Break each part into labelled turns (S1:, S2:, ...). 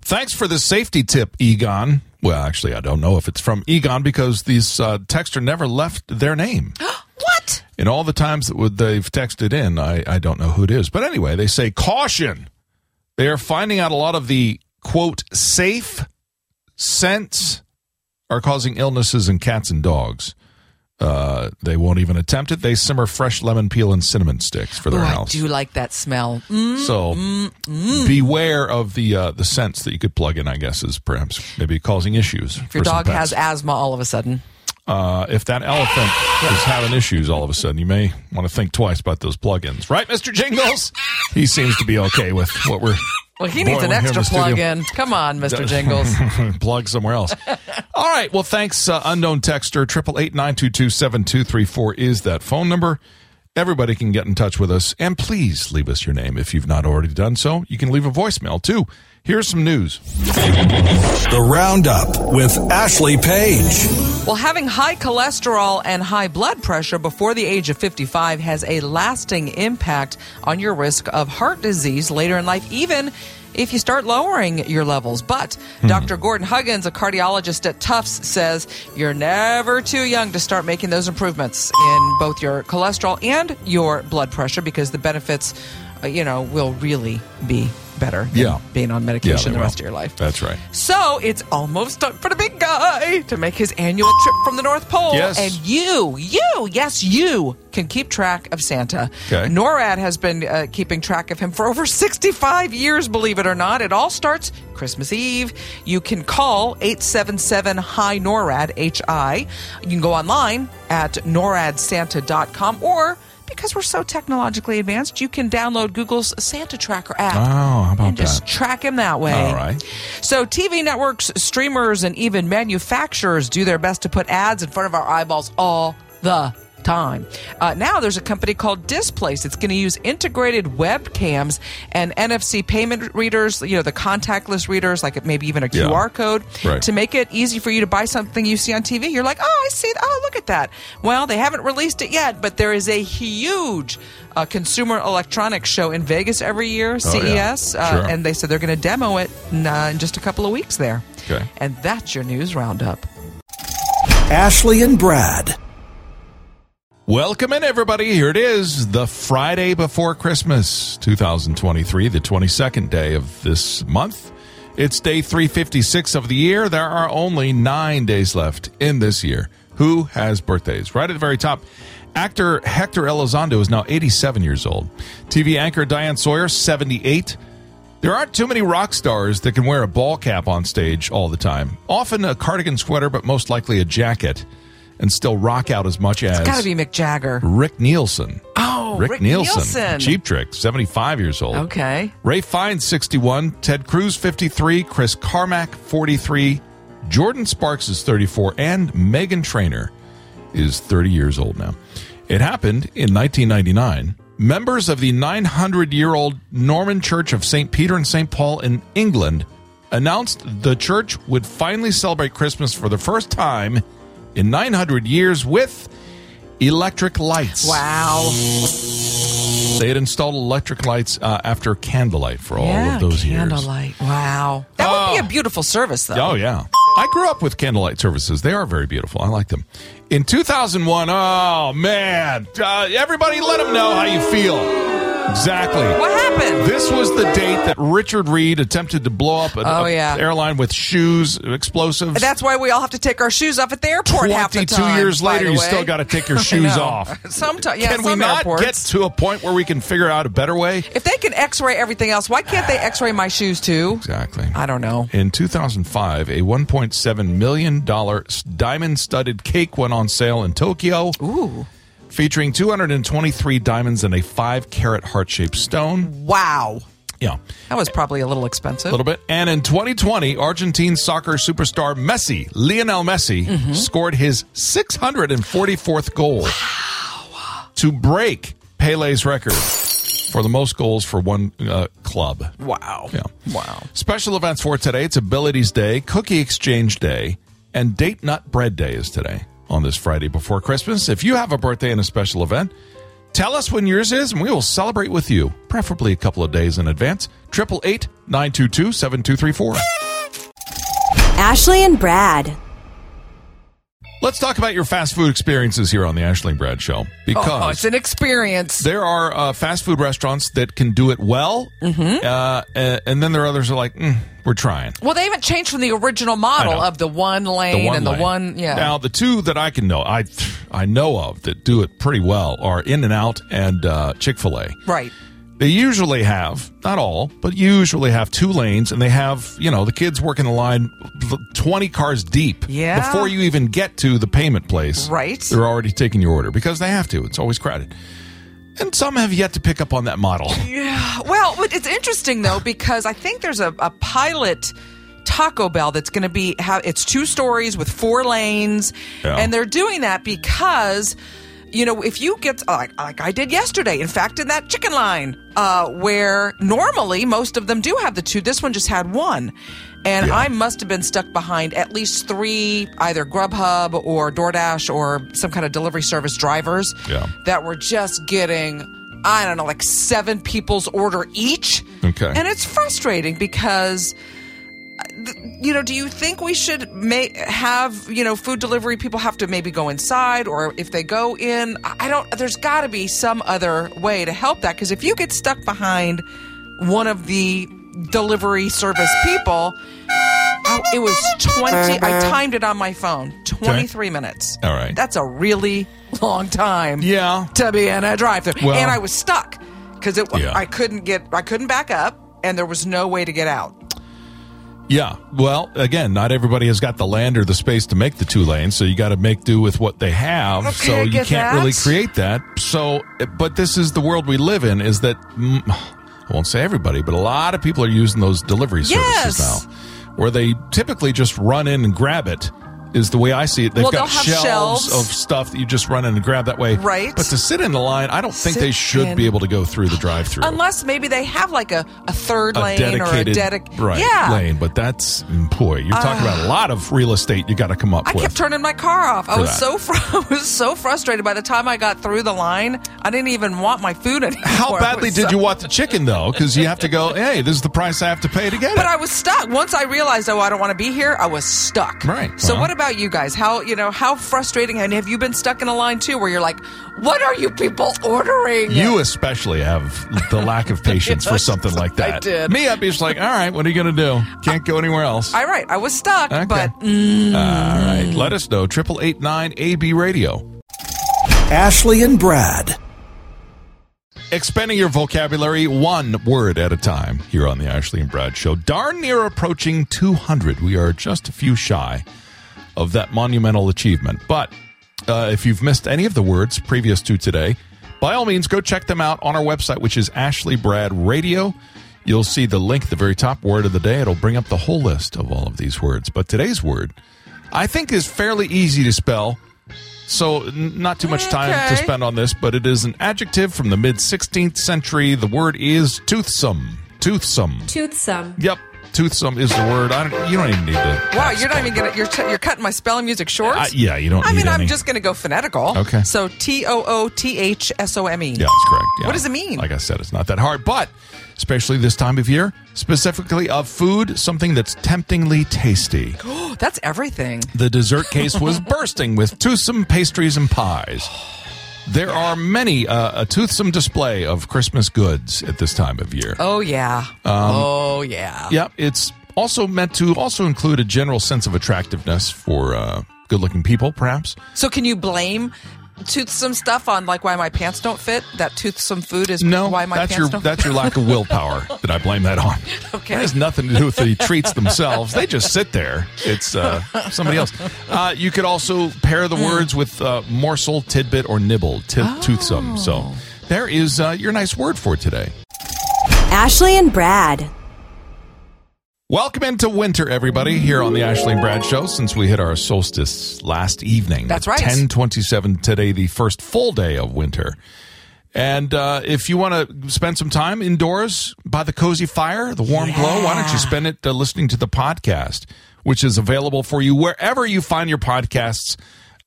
S1: Thanks for the safety tip, Egon. Well, actually, I don't know if it's from Egon because these uh, texter never left their name.
S2: What?
S1: In all the times that would- they've texted in, I, I don't know who it is. But anyway, they say caution. They are finding out a lot of the quote safe scents are causing illnesses in cats and dogs. Uh, they won't even attempt it. They simmer fresh lemon peel and cinnamon sticks for
S2: Oh,
S1: their
S2: I
S1: house.
S2: do like that smell. Mm,
S1: So beware of the uh, the scents that you could plug in. I guess is perhaps maybe causing issues.
S2: if your dog has asthma all of a sudden.
S1: uh, if that elephant is having issues all of a sudden, you may want to think twice about those plugins, right, Mister Jingles? He seems to be okay with what we're.
S2: Well, he needs
S1: Boy,
S2: an
S1: we're here in
S2: extra
S1: the studio.
S2: plug in. Come on, Mr. Jingles.
S1: plug somewhere else. All right. Well, thanks, uh, unknown texter. Triple eight nine two two seven two three four is that phone number. Everybody can get in touch with us, and please leave us your name if you've not already done so. You can leave a voicemail too. Here's some news.
S3: The Roundup with Ashley Page.
S2: Well, having high cholesterol and high blood pressure before the age of 55 has a lasting impact on your risk of heart disease later in life, even if you start lowering your levels. But
S1: Hmm.
S2: Dr. Gordon Huggins, a cardiologist at Tufts, says you're never too young to start making those improvements in both your cholesterol and your blood pressure because the benefits, uh, you know, will really be better than
S1: Yeah.
S2: being on medication
S1: they
S2: the rest
S1: will.
S2: of your life.
S1: That's right.
S2: So it's almost time for the big guy to make his annual trip from the North Pole.
S1: Yes.
S2: And you, you, yes, you can keep track of Santa.
S1: Okay.
S2: NORAD has been uh, keeping track of him for over 65 years, believe it or not. It all starts Christmas Eve. You can call 877 Hi NORAD, H I. You can go online at noradsanta.com or because we're so technologically advanced, you can download Google's Santa Tracker app
S1: Oh, how about
S2: and just
S1: that?
S2: track him that way.
S1: All right.
S2: So TV networks, streamers, and even manufacturers do their best to put ads in front of our eyeballs all the time. Uh, now there's a company called Displace. It's going to use integrated webcams and NFC payment readers, you know, the contactless readers, like maybe even a
S1: Yeah.
S2: QR code,
S1: Right.
S2: to make it easy for you to buy something you see on TV. You're like, oh, I see. th- Oh, look at that. Well, they haven't released it yet, but there is a huge uh, consumer electronics show in Vegas every year, CES,
S1: Oh, yeah.
S2: uh,
S1: Sure.
S2: and they said they're going to demo it in, uh, in just a couple of weeks there.
S1: Okay.
S2: And that's your news roundup.
S3: Ashley and Brad.
S1: Welcome in, everybody. Here it is, the Friday before Christmas, 2023, the 22nd day of this month. It's day 356 of the year. There are only nine days left in this year. Who has birthdays? Right at the very top, actor Hector Elizondo is now 87 years old. TV anchor Diane Sawyer, 78. There aren't too many rock stars that can wear a ball cap on stage all the time. Often a cardigan sweater, but most likely a jacket, and still rock out as much as.
S2: It's got to be Mick Jagger.
S1: Rick Nielsen.
S2: Oh,
S1: Rick,
S2: Rick
S1: Nielsen.
S2: Nielsen.
S1: Cheap Trick, 75 years old.
S2: Okay.
S1: Ray Fiennes, 61. Ted Cruz, 53. Chris Carmack, 43. Jordan Sparks is 34. And Megan Trainer is 30 years old now. It happened in 1999. Members of the 900 year old Norman Church of St. Peter and St. Paul in England announced the church would finally celebrate Christmas for the first time in 900 years with electric lights.
S2: Wow.
S1: They had installed electric lights uh, after candlelight for all
S2: yeah,
S1: of those years.
S2: candlelight. Wow. That would be
S1: Oh.
S2: a beautiful service, though.
S1: Oh, yeah. I grew up with candlelight services. They are very beautiful. I like them. In 2001, oh, man. Uh, everybody let them know how you feel. Exactly.
S2: What happened?
S1: This was the date that Richard Reed attempted to blow up an
S2: Oh,
S1: a-
S2: yeah.
S1: airline with shoes, explosives.
S2: That's why we all have to take our shoes off at the airport half the
S1: 22
S2: time.
S1: years
S2: by
S1: later,
S2: the
S1: you
S2: way.
S1: still got to take your
S2: I
S1: shoes
S2: know.
S1: off.
S2: Sometime- yeah,
S1: can we
S2: some
S1: not
S2: airports.
S1: get to a point where we can figure out a better way?
S2: if they can X-ray everything else, why can't they X-ray my shoes too?
S1: Exactly.
S2: I don't know.
S1: In 2005, a $1.7 million diamond studded cake went on sale in Tokyo.
S2: Ooh.
S1: Featuring 223 diamonds and a five carat heart shaped stone.
S2: Wow.
S1: Yeah,
S2: That was probably a little
S1: a
S2: expensive.
S1: little bit. And in 2020, Argentine soccer superstar Messi, Lionel Messi, scored his 644th goal to break Pele's record for the most goals for one uh, club.
S2: Wow.
S1: Yeah.
S2: Wow.
S1: Special events for today. It's Abilities Day, Cookie Exchange Day, and Date Nut Bread Day is today on this Friday before Christmas. If you have a birthday and a special event, tell us when yours is and we will celebrate with you, preferably a couple of days in advance. 888 922 7234.
S4: Ashley and Brad.
S1: Let's talk about your fast food experiences here on the Ashling Brad Show
S2: Oh,
S1: because
S2: it's an experience.
S1: there are uh, fast food restaurants that can do it well, uh, a- and then there are others that are like, mm, we're trying.
S2: Well, they haven't changed from the original model
S1: I know.
S2: of the one lane and the
S1: lane.
S2: one. Yeah.
S1: Now the two that I can know, I I know of that do it pretty well are In and Out and uh, Chick Fil A.
S2: right.
S1: They usually have, not all, but usually have two lanes, and they have, you know, the kids working the line 20 cars deep
S2: Yeah.
S1: before you even get to the payment place.
S2: Right.
S1: They're already taking your order because they have to. It's always crowded. And some have yet to pick up on that model.
S2: Well, but it's interesting though because I think there's a, a pilot Taco Bell that's going to be how it's two stories with four lanes,
S1: Yeah.
S2: and they're doing that because. You know, if you get uh, like, like I did yesterday, in fact, in that chicken line, uh, where normally most of them do have the two, this one just had one, and
S1: Yeah.
S2: I must have been stuck behind at least three either Grubhub or DoorDash or some kind of delivery service drivers
S1: Yeah.
S2: that were just getting I don't know like seven people's order each.
S1: Okay.
S2: And it's frustrating because uh, th- you know, do you think we should make have you know food delivery people have to maybe go inside, or if they go in, I I don't. There's got to be some other way to help that because if you get stuck behind one of the delivery service people, oh, it was twenty. I timed it on my phone. Twenty-three minutes.
S1: All right.
S2: that's a really long time
S1: Yeah.
S2: to be in a drive-through,
S1: Well-
S2: and I was stuck because it.
S1: Yeah.
S2: I couldn't get. I couldn't back up, and there was no way to get out.
S1: yeah. Well, again, not everybody has got the land or the space to make the two lanes, so you got to make do with what they have.
S2: Okay,
S1: so
S2: I
S1: you
S2: get
S1: can't
S2: that.
S1: really create that. So, but this is the world we live in is that mm, I won't say everybody, but a lot of people are using those delivery services
S2: Yes.
S1: now where they typically just run in and grab it. Is the way I see it. They've
S2: Well,
S1: got
S2: they'll have
S1: shelves,
S2: shelves.
S1: of stuff that you just run in and grab that way.
S2: Right.
S1: But to sit in the line, I don't think
S2: Sit
S1: they should
S2: in.
S1: be able to go through the drive-through.
S2: Unless maybe they have like a, a third
S1: a
S2: lane
S1: dedicated
S2: or a dedicated
S1: right,
S2: yeah. Uh.
S1: lane, but that's boy, you're talking about a lot of real estate you got to come up
S2: I
S1: with.
S2: kept turning my car off. I
S1: For that.
S2: was so fr- I was so frustrated. By the time I got through the line, I didn't even want my food anymore.
S1: How
S2: I
S1: badly
S2: was
S1: did
S2: so-
S1: you want the chicken though? Because you have to go. Hey, this is the price I have to pay to get
S2: But
S1: it.
S2: I was stuck. Once I realized, oh, I don't want to be here. I was stuck.
S1: Right. Uh-huh.
S2: So
S1: Well.
S2: what about you guys? How you know how frustrating? And have you been stuck in a line too, where you're like, what are you people ordering?
S1: You especially have the lack of patience for something like
S2: I
S1: that.
S2: did.
S1: Me, I'd be just like, all right, what are you going to do? Can't go anywhere else.
S2: I right. I was stuck,
S1: Okay.
S2: but
S1: all right, let us know. Triple eight nine AB Radio.
S3: Ashley and Brad.
S1: Expanding your vocabulary one word at a time here on the Ashley and Brad Show. Darn near approaching 200. We are just a few shy of that monumental achievement. But uh, if you've missed any of the words previous to today, by all means, go check them out on our website, which is Ashley Brad Radio. You'll see the link, at the very top word of the day. It'll bring up the whole list of all of these words. But today's word, I think, is fairly easy to spell. So, n- not too much time to
S2: Okay.
S1: spend on this, but it is an adjective from the mid 16th century. The word is toothsome. Toothsome.
S4: Toothsome.
S1: Yep, toothsome is the word. I don't, you don't even need to.
S2: wow, you're not even gonna you're t- you're cutting my spelling music short.
S1: Uh, yeah, you don't
S2: I
S1: need
S2: mean,
S1: any.
S2: I'm just going to go phonetical.
S1: Okay.
S2: So T O O T H S O M E.
S1: Yeah, that's correct. Yeah.
S2: What does it mean?
S1: Like I said, it's not that hard, but especially this time of year, specifically of food, something that's temptingly tasty.
S2: That's everything.
S1: The dessert case was bursting with toothsome pastries and pies. There are many uh, a toothsome display of Christmas goods at this time of year.
S2: Oh yeah. oh yeah.
S1: Um, Yeah, it's also meant to also include a general sense of attractiveness for uh, good-looking people, perhaps.
S2: So can you blame toothsome stuff on like why my pants don't fit? That toothsome food is
S1: No,
S2: why my
S1: that's
S2: pants
S1: your
S2: don't.
S1: that's your lack of willpower that I blame that on.
S2: Okay.
S1: it has nothing to do with the treats themselves. They just sit there. It's uh, somebody else. Uh, you could also pair the
S2: Mm.
S1: words with uh, morsel, tidbit, or nibble, ti- toothsome.
S2: Oh.
S1: So there is uh, your nice word for today.
S4: Ashley and Brad.
S1: Welcome into winter, everybody, here on the Ashley and Brad Show. Since we hit our solstice last evening,
S2: That's
S1: at
S2: right.
S1: 1027 today, the first full day of winter. And uh, if you want to spend some time indoors by the cozy fire, the warm glow, why don't you spend it uh, listening to the podcast, which is available for you wherever you find your podcasts.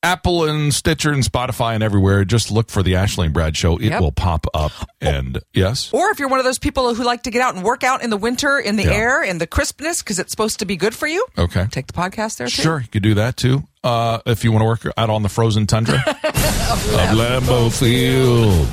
S1: Apple and Stitcher and Spotify and everywhere. Just look for the Ashley and Brad Show. It
S2: Yep. Oh.
S1: will pop up. And yes,
S2: Or if you're one of those people who like to get out and work out in the winter, in the
S1: Yeah. Uh,
S2: air, in the crispness, because it's supposed to be good for you,
S1: okay,
S2: take the podcast there too.
S1: sure, you could do that too. Uh, if you want to work out on the frozen tundra of Lambeau Field,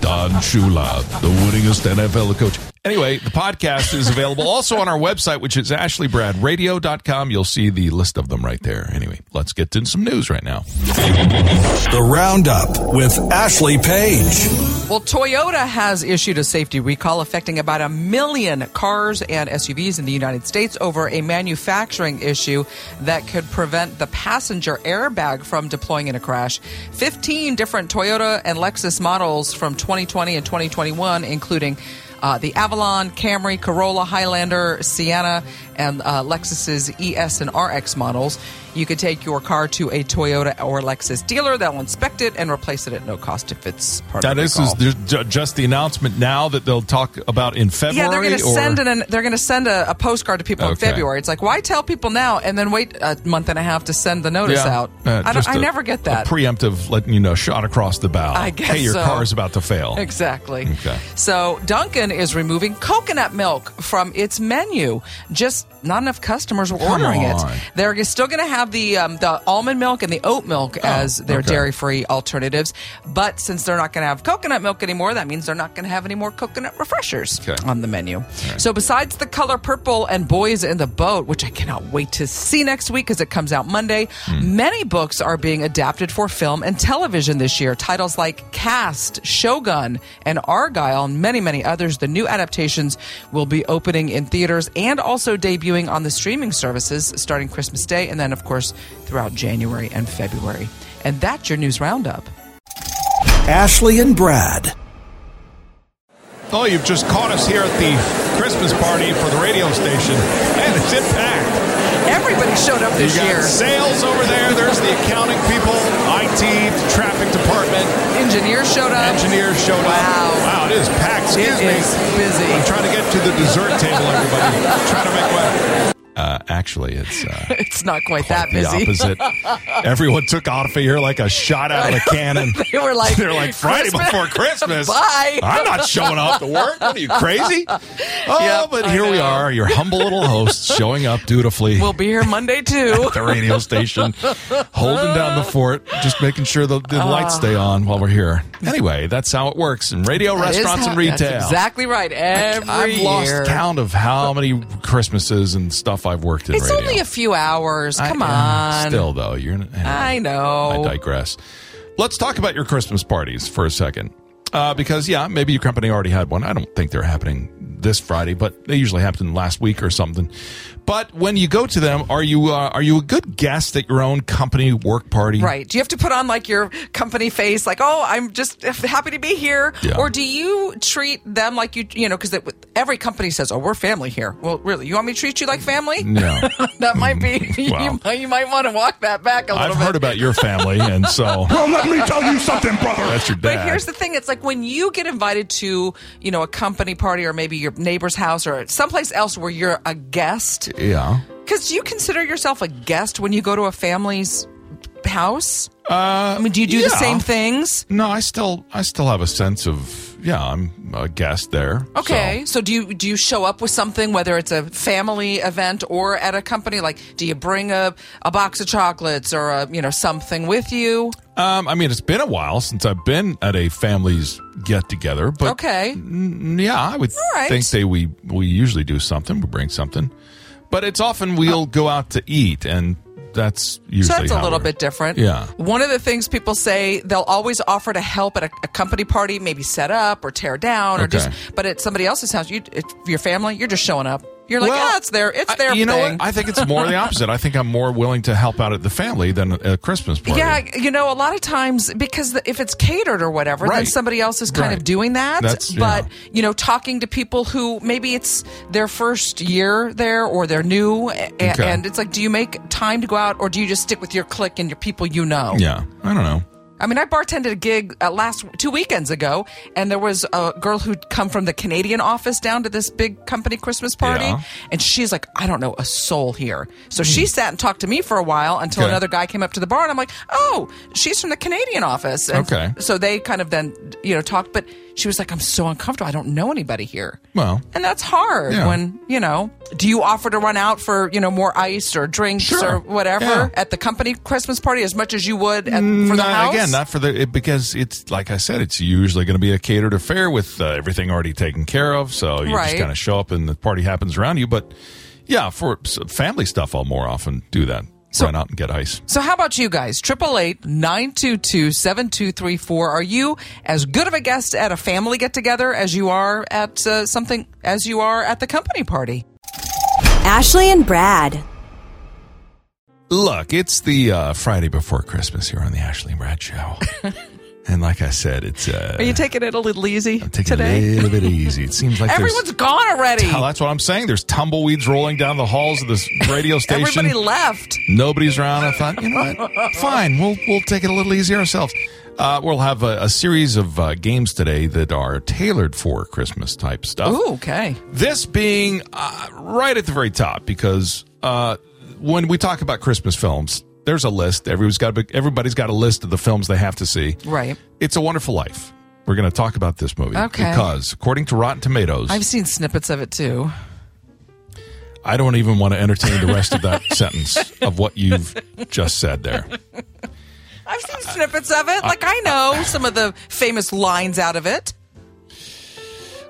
S1: Don Shula, the winningest NFL coach. Anyway, the podcast is available also on our website, which is ashleybradradio.com. You'll see the list of them right there. Anyway, let's get to some news right now.
S3: The Roundup with Ashley Page.
S2: Well, Toyota has issued a safety recall affecting about a million cars and SUVs in the United States over a manufacturing issue that could prevent the passenger airbag from deploying in a crash. 15 different Toyota and Lexus models from 2020 and 2021, including uh, the Avalon, Camry, Corolla, Highlander, Sienna, and uh, Lexus's ES and RX models. You could take your car to a Toyota or Lexus dealer. They'll inspect it and replace it at no cost if it's part of
S1: Now
S2: the
S1: this is
S2: recall.
S1: there's ju- just the announcement now that they'll talk about in February.
S2: yeah, they're going to
S1: or-
S2: send an they're going to send a, a postcard to people in
S1: Okay.
S2: February. It's like why tell people now and then wait a month and a half to send the notice
S1: Yeah.
S2: out.
S1: Uh,
S2: I,
S1: just
S2: don't, I
S1: a-
S2: never get that.
S1: A preemptive, letting you know, shot across the bow.
S2: I guess
S1: Hey, your
S2: so.
S1: car's about to fail.
S2: Exactly.
S1: Okay.
S2: So Duncan is removing coconut milk from its menu. Just not enough customers were
S1: Come
S2: ordering
S1: on.
S2: it. They're still going to have the um, the almond milk and the oat milk as their
S1: Oh, okay.
S2: dairy free alternatives, but since they're not going to have coconut milk anymore, that means they're not going to have any more coconut refreshers
S1: Okay.
S2: on the menu. So besides the color purple and Boys in the Boat, which I cannot wait to see next week because it comes out Monday,
S1: Hmm.
S2: many books are being adapted for film and television this year. Titles like Cast, Shogun, and Argyle, and many, many others. The new adaptations will be opening in theaters and also debuting on the streaming services starting Christmas Day and then, of course, throughout January and February. And that's your news roundup.
S3: Ashley and Brad.
S1: Oh, you've just caught us here at the Christmas party for the radio station, and it's in packed.
S2: Everybody showed up
S1: You
S2: this
S1: got
S2: year.
S1: sales over there. There's the accounting people, IT, the traffic department,
S2: Engineers showed up.
S1: engineers showed
S2: Oh. Wow.
S1: up. Wow, it is packed. Excuse
S2: It
S1: me.
S2: is busy.
S1: I'm trying to get to the dessert table, everybody. trying to make way. Uh, actually, it's. Uh,
S2: It's not quite, that
S1: quite
S2: busy.
S1: the opposite. Everyone took off of here like a shot out of a cannon.
S2: They were like,
S1: they're like Friday
S2: "Christmas-
S1: before Christmas.
S2: Bye."
S1: I'm not showing up to work. What are you crazy? Oh,
S2: Yep,
S1: but
S2: I
S1: here we
S2: know.
S1: are, your humble little hosts showing up dutifully.
S2: We'll be here Monday too.
S1: at the radio station, holding down the fort, just making sure the, the lights stay on while we're here. Anyway, that's how it works in radio,
S2: Ah. That is
S1: restaurants,
S2: how-
S1: and retail.
S2: That's exactly right. Every
S1: I've lost
S2: year.
S1: count of how many Christmases and stuff I've worked in
S2: It's
S1: radio.
S2: only a few hours. Come
S1: I-
S2: on.
S1: Still, though, you're. Anyway,
S2: I
S1: I
S2: know.
S1: digress. Let's talk about your Christmas parties for a second, uh, because yeah, maybe your company already had one. I don't think they're happening this Friday, but they usually happen last week or something. But when you go to them, are you uh, are you a good guest at your own company work party?
S2: Right. Do you have to put on like your company face, like, oh, I'm just happy to be here?
S1: Yeah.
S2: Or do you treat them like you, you know, because every company says, oh, we're family here. Well, really, you want me to treat you like family?
S1: No.
S2: that might be, you
S1: Wow.
S2: might you might want to walk that back a little
S1: I've
S2: bit.
S1: heard about your family, and so
S5: Well, let me tell you something, brother.
S1: that's your dad.
S2: But here's the thing: it's like when you get invited to, you know, a company party or maybe your neighbor's house or someplace else where you're a guest.
S1: yeah.
S2: Because you consider yourself a guest when you go to a family's house. Uh, I mean, do you do the
S1: yeah.
S2: same things?
S1: No, I still I still have a sense of yeah, I'm a guest there.
S2: Okay,
S1: so.
S2: so. do you do you show up with something, whether it's a family event or at a company? Like, do you bring a, a box of chocolates or a you know something with you?
S1: Um, I mean, it's been a while since I've been at a family's get together, but
S2: Okay,
S1: Mm, yeah, I would
S2: right.
S1: think they we we usually do something, we bring something, but it's often we'll go out to eat, and that's usually
S2: So that's a
S1: how
S2: little
S1: we're-
S2: bit different.
S1: Yeah.
S2: One of the things people say they'll always offer to help at a, a company party, maybe set up or tear down, or
S1: Okay.
S2: just. But at somebody else's house, you, it, your family, you're just showing up. You're like,
S1: Well,
S2: ah, it's their, it's
S1: I-
S2: their
S1: you know
S2: thing.
S1: what? I think it's more the opposite. I think I'm more willing to help out at the family than a Christmas party.
S2: yeah, you know, a lot of times because the, if it's catered or whatever, then
S1: Right.
S2: somebody else is kind
S1: Right.
S2: of doing that.
S1: That's-
S2: but
S1: yeah.
S2: you know, talking to people who maybe it's their first year there or they're new, a-
S1: Okay.
S2: and it's like, do you make time to go out or do you just stick with your clique and your people you know?
S1: yeah. I don't know.
S2: I mean, I bartended a gig uh, last two weekends ago, and there was a girl who'd come from the Canadian office down to this big company Christmas party,
S1: Yeah.
S2: and she's like, I don't know a soul here. So she sat and talked to me for a while until
S1: Hmm. Okay.
S2: another guy came up to the bar, and I'm like, Oh, she's from the Canadian office. And
S1: Okay.
S2: So they kind of then you know talked, but she was like, I'm so uncomfortable. I don't know anybody here.
S1: Well.
S2: and that's hard
S1: Yeah.
S2: when you know. Do you offer to run out for you know more ice or drinks
S1: Sure.
S2: or whatever
S1: Yeah.
S2: at the company Christmas party as much as you would at, for the
S1: not,
S2: house?
S1: Again, not for the it, because it's like I said, it's usually going to be a catered affair with uh, everything already taken care of. So you just
S2: Right.
S1: kind of show up and the party happens around you. But yeah, for s- family stuff, I'll more often do that. Run out and get ice.
S2: So how about you guys? 888-922-7234. Are you as good of a guest at a family get together as you are at uh, something as you are at the company party?
S4: Ashley and Brad.
S1: Look, it's the uh, Friday before Christmas here on the Ashley and Brad Show, and like I said, it's uh,
S2: Are you taking it a little easy
S1: I'm taking
S2: today?
S1: it a little bit easy. It seems like there's-
S2: Everyone's gone already.
S1: Oh, that's what I'm saying. There's tumbleweeds rolling down the halls of this radio station.
S2: Everybody left.
S1: Nobody's around. I thought, you know what? Fine, we'll we'll take it a little easier ourselves. Uh, we'll have a, a series of uh, games today that are tailored for Christmas type stuff.
S2: Ooh, okay.
S1: This being uh, right at the very top because uh, when we talk about Christmas films, there's a list. Everybody's got a big- everybody's got a list of the films they have to see.
S2: Right.
S1: It's a Wonderful Life. We're going to talk about this movie
S2: Okay.
S1: because according to Rotten Tomatoes,
S2: I've seen snippets of it too.
S1: I don't even want to entertain the rest of that sentence of what you've just said there.
S2: I've seen snippets of it. Like I know some of the famous lines out of it.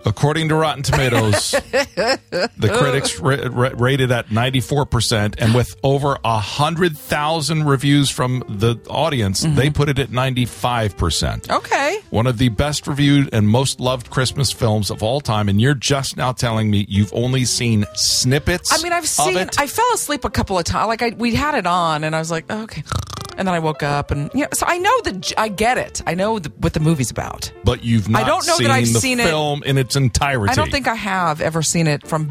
S1: According to Rotten Tomatoes, the critics ra- ra- rated at 94%, and with over 100,000 reviews from the audience,
S2: Mm-hmm.
S1: they put it at 95%.
S2: Okay.
S1: One of the best reviewed and most loved Christmas films of all time, and you're just now telling me you've only seen snippets.
S2: I mean, I've
S1: of
S2: seen.
S1: it?
S2: I fell asleep a couple of times. Like I, we had it on, and I was like, oh, okay. And then I woke up, and yeah. So I know the. j- I get it. I know the, what the movie's about.
S1: but you've not
S2: I don't know that
S1: seen
S2: I've
S1: the
S2: seen it-
S1: film in its entirety.
S2: I don't think I have ever seen it from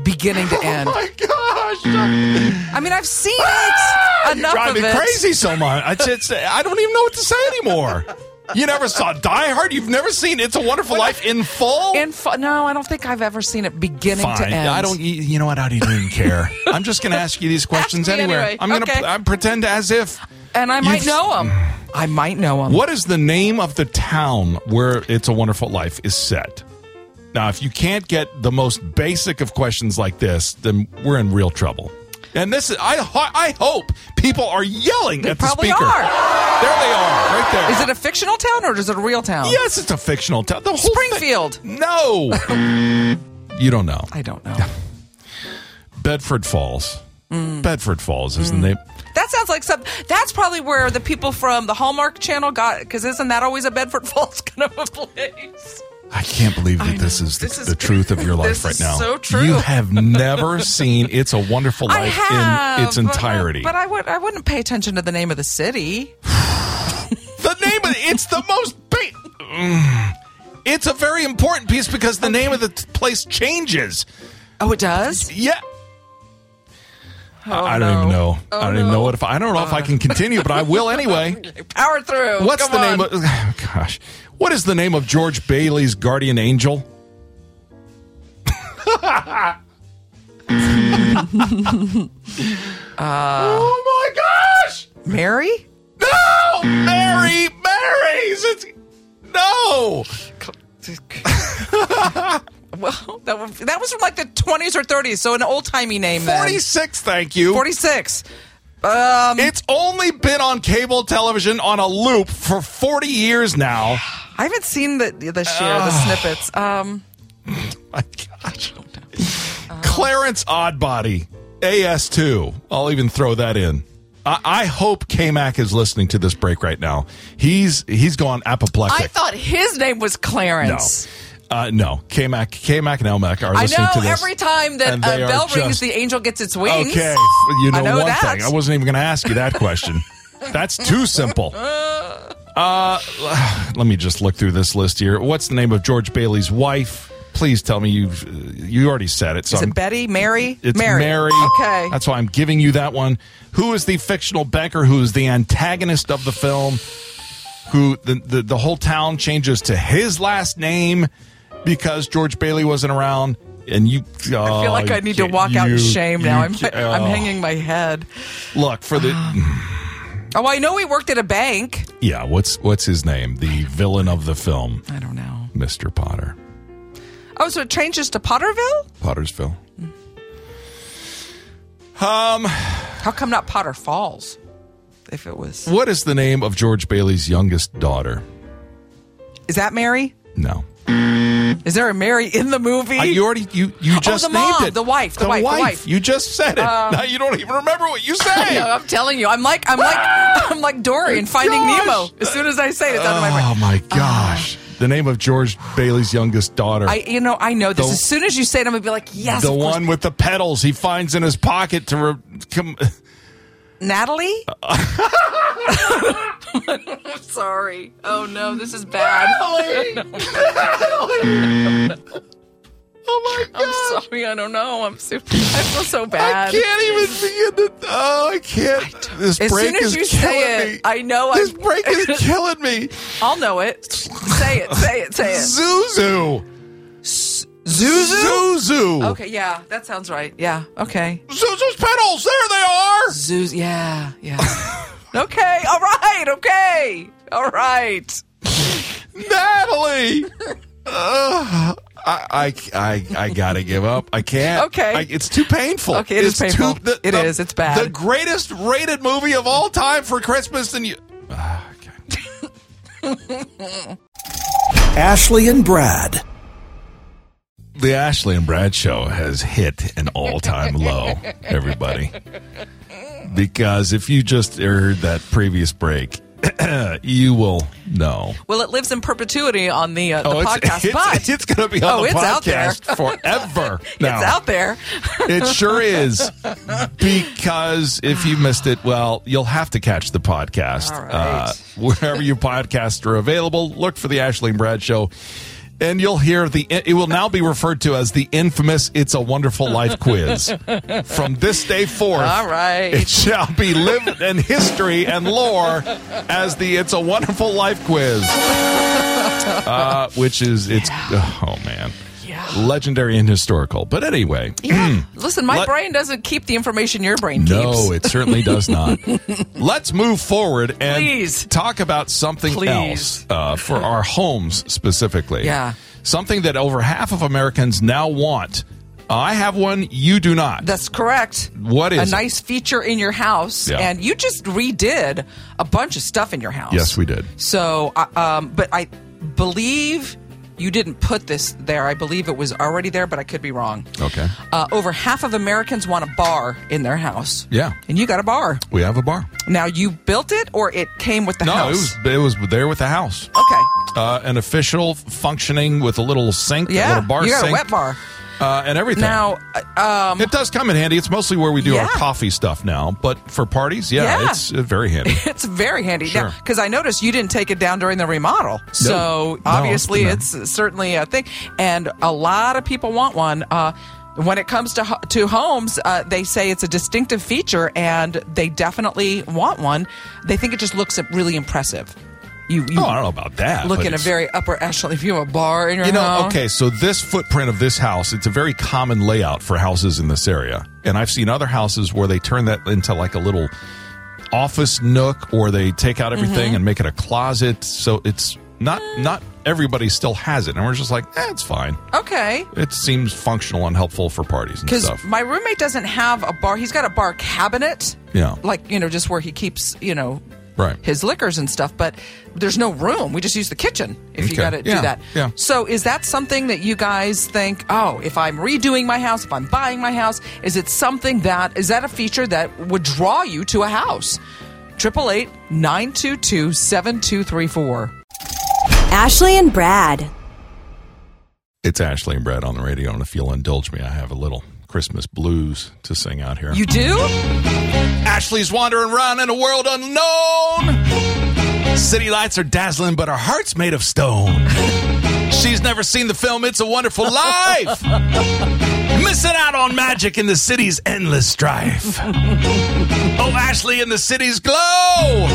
S2: beginning to end.
S1: Oh my gosh!
S2: I mean, I've seen it
S1: you
S2: enough
S1: drive
S2: of
S1: me
S2: it.
S1: crazy so much. I, just, I don't even know what to say anymore. You never saw Die Hard. You've never seen It's a Wonderful Life in full.
S2: In fu- no, I don't think I've ever seen it beginning
S1: Fine.
S2: to end.
S1: I don't. You you know what? I don't even care. I'm just going to ask you these questions
S2: me
S1: anywhere.
S2: anyway.
S1: I'm going to
S2: Okay.
S1: I pretend as if.
S2: And I might
S1: You've-
S2: know him. I might know him.
S1: What is the name of the town where It's a Wonderful Life is set? Now, if you can't get the most basic of questions like this, then we're in real trouble. And this is, I, ho- I hope people are yelling
S2: They
S1: at the
S2: probably
S1: speaker.
S2: are.
S1: There they are, right there.
S2: Is it a fictional town or is it a real town?
S1: Yes, it's a fictional town. The whole thing-
S2: Springfield.
S1: No, you don't know.
S2: I don't know.
S1: Bedford Falls.
S2: Mm.
S1: Bedford Falls is the name.
S2: That sounds like some. That's probably where the people from the Hallmark Channel got. Because isn't that always a Bedford Falls kind of a place?
S1: I can't believe that this is, the,
S2: This is-
S1: the truth of your life
S2: this
S1: right
S2: is
S1: now.
S2: so true.
S1: You have never seen "It's a Wonderful
S2: I
S1: Life"
S2: have
S1: in its
S2: but- uh,
S1: entirety.
S2: but, I would. I wouldn't pay attention to the name of the city.
S1: the name of it's the most. Ba- Mm. It's a very important piece because the name of the t- place changes.
S2: Oh, it does.
S1: Yeah.
S2: Oh,
S1: I don't
S2: no.
S1: even know.
S2: Oh,
S1: I don't even
S2: no. Uh.
S1: know what if I don't know if I can continue, but I will anyway.
S2: Power through.
S1: What's
S2: Come
S1: the
S2: on.
S1: name of gosh. What is the name of George Bailey's guardian angel?
S2: Uh,
S1: oh my gosh!
S2: Mary?
S1: No! Mary! Mary's! It's No!
S2: Well, that was, that was from like the 20s or 30s, so an old timey name. then.
S1: 46, thank you.
S2: 46.
S1: It's only been on cable television on a loop for 40 years now.
S2: I haven't seen the the share, the
S1: Ah.
S2: snippets. Um,
S1: my gosh. Clarence Oddbody, AS2. I'll even throw that in. I, I hope K Mac is listening to this break right now. He's he's gone apoplectic.
S2: I thought his name was
S1: no.
S2: Clarence.
S1: Uh, no, K Mac, K Mac, and L Mac are
S2: I
S1: listening
S2: know
S1: to this.
S2: every time that a
S1: and they are
S2: bell rings,
S1: just-
S2: the angel gets its wings.
S1: Okay, you know,
S2: I know
S1: one
S2: that.
S1: thing. I wasn't even going to ask you that question. That's too simple. Uh, let me just look through this list here. What's the name of George Bailey's wife? Please tell me you've uh, you already said it. So
S2: Is
S1: I'm-
S2: it Betty? Mary?
S1: It's Mary.
S2: Mary. Okay.
S1: That's why I'm giving you that one. Who is the fictional banker who is the antagonist of the film? who the, the, the whole town changes to his last name because George Bailey wasn't around. And you, oh,
S2: I feel like I need to walk out in shame now. I'm, I'm hanging my head.
S1: Look for the
S2: Oh, I know he worked at a bank.
S1: yeah. What's what's his name? The villain of the film,
S2: I don't know.
S1: Mr. Potter,
S2: Oh, so it changes to Potterville?
S1: Pottersville.
S2: How come not Potter Falls? If it was.
S1: What is the name of George Bailey's youngest daughter?
S2: Is that Mary?
S1: No,
S2: Is there a Mary in the movie?
S1: I, Uh, you already you you just
S2: Oh, the
S1: named
S2: mom,
S1: it.
S2: the wife, the wife, the wife. Um,
S1: You just said it. now you don't even remember what you
S2: No,
S1: said.
S2: I'm telling you, I'm like I'm like I'm like Dory in Finding
S1: Oh, Gosh.
S2: Nemo. As soon as I say it, it's out of my brain.
S1: oh my gosh! the name of George Bailey's youngest daughter.
S2: I, you know, I know this.
S1: The-
S2: as soon as you say it, I'm gonna be like, yes,
S1: the
S2: of course.
S1: one with the pedals he finds in his pocket to re- com-
S2: Natalie. I'm sorry. Oh no, this is bad.
S1: oh my god
S2: I'm sorry. I don't know. I'm so, I feel so
S1: I
S2: bad.
S1: can't even begin to. Oh, I can't. this
S2: Um, As
S1: break
S2: soon as
S1: is
S2: you
S1: killing
S2: say it,
S1: me.
S2: I know
S1: This
S2: I'm-
S1: break is killing me.
S2: I'll know it. Say it. Say it. Say it.
S1: Zuzu. Zuzu. Zuzu.
S2: Okay. Yeah, that sounds right. Yeah. Okay.
S1: Zuzu's pedals. There they are.
S2: Zeus. Yeah. Yeah. okay. All right. Okay. All right.
S1: Natalie. Ugh. I, I, I, I gotta give up. I can't.
S2: Okay.
S1: I- it's too painful.
S2: Okay, it is
S1: it's
S2: painful.
S1: Too,
S2: It is. It's bad.
S1: The greatest rated movie of all time for Christmas, and you. Ah, okay.
S3: Ashley and Brad.
S1: The Ashley and Brad show has hit an all-time low, everybody. Because if you just heard that previous break, you will know.
S2: Well, it lives in perpetuity on the, uh, the
S1: Oh, it's,
S2: podcast,
S1: it's,
S2: but
S1: it's going to be on
S2: Oh,
S1: the
S2: it's out there.
S1: podcast forever. now.
S2: it's out there.
S1: It sure is. Because if you missed it, well, you'll have to catch the podcast. Uh,
S2: All right.
S1: wherever your podcasts are available, look for the Ashley and Brad show. And you'll hear the, it will now be referred to as the infamous It's a Wonderful Life quiz. From this day forth,
S2: All right.
S1: it shall be lived in history and lore as the It's a Wonderful Life quiz. Uh, which is, it's, oh man.
S2: Yeah.
S1: Legendary and historical. But anyway.
S2: Yeah. Listen, my
S1: Let-
S2: brain doesn't keep the information your brain
S1: Mm. No,
S2: keeps.
S1: it certainly does not. Let's move forward and
S2: Please.
S1: talk about something
S2: Please.
S1: else uh, for our homes specifically.
S2: Yeah.
S1: Something that over half of Americans now want. I have one, you do not.
S2: That's correct.
S1: What is
S2: a
S1: it?
S2: nice feature in your house?
S1: Yeah.
S2: And you just redid a bunch of stuff in your house.
S1: Yes, we did.
S2: So, I- um, but I believe you didn't put this there. I believe it was already there, but I could be wrong.
S1: Okay.
S2: Uh, over half of Americans want a bar in their house.
S1: Yeah.
S2: And you got a bar.
S1: We have a bar.
S2: Now, you built it or it came with the
S1: No,
S2: house?
S1: it was it was there with the house.
S2: okay.
S1: Uh, an official functioning with a little sink, a
S2: Yeah.
S1: little bar
S2: you got
S1: sink,
S2: a wet bar.
S1: Uh, and everything.
S2: Now, uh, um,
S1: it does come in handy. It's mostly where we do our
S2: Yeah.
S1: coffee stuff now, but for parties, yeah,
S2: Yeah.
S1: it's uh, very handy.
S2: It's very handy
S1: Sure.
S2: because I noticed you didn't take it down during the remodel. So
S1: No,
S2: obviously,
S1: no.
S2: it's certainly a thing, and a lot of people want one. Uh, when it comes to ho- to homes, uh, they say it's a distinctive feature, and they definitely want one. They think it just looks really impressive. You, you
S1: Oh, I don't know about that.
S2: look
S1: but
S2: in a
S1: it's-
S2: very upper echelon if you have a bar in your
S1: You know,
S2: house.
S1: okay, so this footprint of this house, it's a very common layout for houses in this area. And I've seen other houses where they turn that into like a little office nook or they take out everything and make it a closet. So it's not not everybody still has it. And we're just like, eh, it's fine.
S2: okay.
S1: It seems functional and helpful for parties and
S2: Because
S1: stuff.
S2: my roommate doesn't have a bar. He's got a bar cabinet.
S1: Yeah.
S2: Like, you know, just where he keeps, you know,
S1: Right.
S2: his liquors and stuff, but there's no room. We just use the kitchen if
S1: Okay.
S2: you got to
S1: Yeah,
S2: do that.
S1: yeah.
S2: So is that something that you guys think, oh, if I'm redoing my house, if I'm buying my house, is it something that, is that a feature that would draw you to a house? 888 922 7234.
S4: Ashley and Brad.
S1: it's Ashley and Brad on the radio. And if you'll indulge me, I have a little Christmas blues to sing out here.
S2: You do?
S1: Ashley's wandering around in a world unknown. City lights are dazzling, but her heart's made of stone. She's never seen the film It's a Wonderful Life.
S6: Missing out on magic in the city's endless strife. oh, Ashley in the city's glow.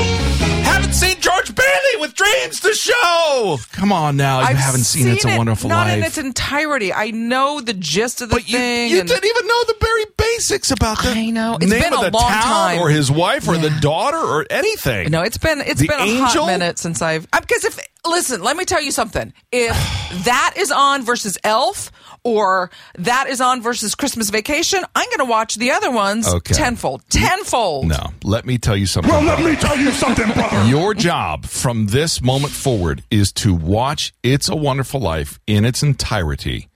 S6: Haven't seen George Bailey with dreams to show. Come on now, you
S2: I've
S6: haven't seen, It's a Wonderful
S2: not
S6: Life.
S2: in its entirety. I know the gist of the
S6: but you,
S2: thing.
S6: you
S2: and-
S6: didn't even know the very basics about that.
S2: I know. It's
S6: name
S2: been
S6: of
S2: a
S6: the
S2: long
S6: town
S2: time.
S6: or his wife or the
S2: Yeah.
S6: daughter or anything.
S2: No, it's been it's
S6: The
S2: been a
S6: Angel?
S2: hot minute since I've because if listen, let me tell you something. If that is on versus Elf or that is on versus Christmas Vacation, I'm going to watch the other ones
S6: Okay.
S2: tenfold, tenfold.
S6: no. Um, Let me tell you something.
S1: Well, let me tell you something, brother.
S6: Your job from this moment forward is to watch It's a Wonderful Life in its entirety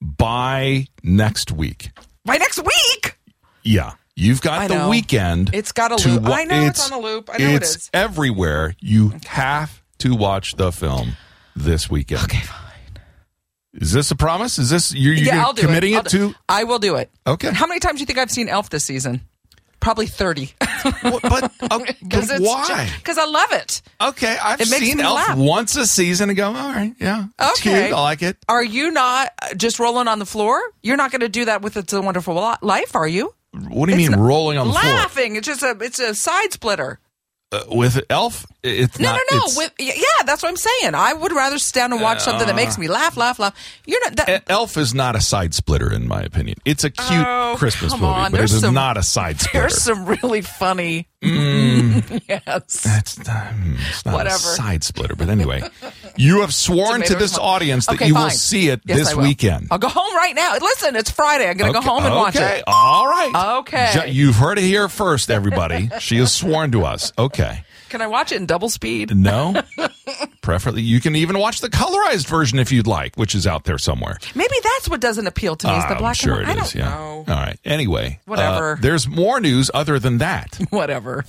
S6: by next week.
S2: By next week,
S6: Yeah. You've got
S2: I
S6: the
S2: know.
S6: weekend.
S2: It's got a
S6: to
S2: loop. I know it's on a loop. I know it
S6: it's
S2: is.
S6: everywhere. You have to watch the film this weekend.
S2: okay, fine.
S6: Is this a promise? Is this you're, you're
S2: yeah, I'll do
S6: committing
S2: it.
S6: it,
S2: I'll do-
S6: to?
S2: I will do it.
S6: Okay.
S2: How many times do you think I've seen Elf this season? Probably thirty.
S6: What- but uh, but why?
S2: Because I love it.
S6: okay, I've
S2: it makes
S6: seen
S2: me
S6: Elf
S2: laugh.
S6: once a season and go, all right, yeah, it's
S2: Okay.
S6: cute, I like it.
S2: Are you not uh, just rolling on the floor? You're not going to do that with It's a Wonderful Li- Life, are you?
S6: What do you mean rolling on the floor?
S2: laughing. It's just a it's a side splitter.
S6: Uh, with Elf, it's
S2: No,
S6: not,
S2: no, no.
S6: it's-
S2: With, y- yeah, that's what I'm saying. I would rather stand and watch something that
S6: Uh.
S2: makes me laugh, laugh, laugh. You're not. That,
S6: E- Elf is not a side splitter, in my opinion. It's a cute
S2: Oh,
S6: Christmas
S2: come
S6: movie,
S2: on.
S6: but it
S2: There's
S6: is
S2: some-
S6: not a side splitter.
S2: there's some really funny.
S6: Mm.
S2: yes.
S6: That's hmm, it's not a
S2: Whatever.
S6: side splitter, but anyway, you have sworn to
S2: Tomato,
S6: this
S2: come on.
S6: audience that
S2: Okay,
S6: you will
S2: fine.
S6: see it
S2: Yes,
S6: this
S2: I will.
S6: weekend.
S2: I'll go home right now. Listen, it's Friday. I'm going to
S6: Okay,
S2: go home and watch
S6: okay,
S2: it.
S6: All right.
S2: Okay.
S6: Ju- You've heard it here first, everybody. she has sworn to us. Okay.
S2: Can I watch it in double speed?
S6: No. Preferably, you can even watch the colorized version if you'd like, which is out there somewhere.
S2: Maybe that's what doesn't appeal to me is the
S6: I'm
S2: black
S6: sure
S2: and white.
S6: it
S2: I
S6: is,
S2: don't
S6: yeah.
S2: know.
S6: All right. Anyway, uh,
S2: Whatever.
S6: there's more news other than that.
S2: Whatever.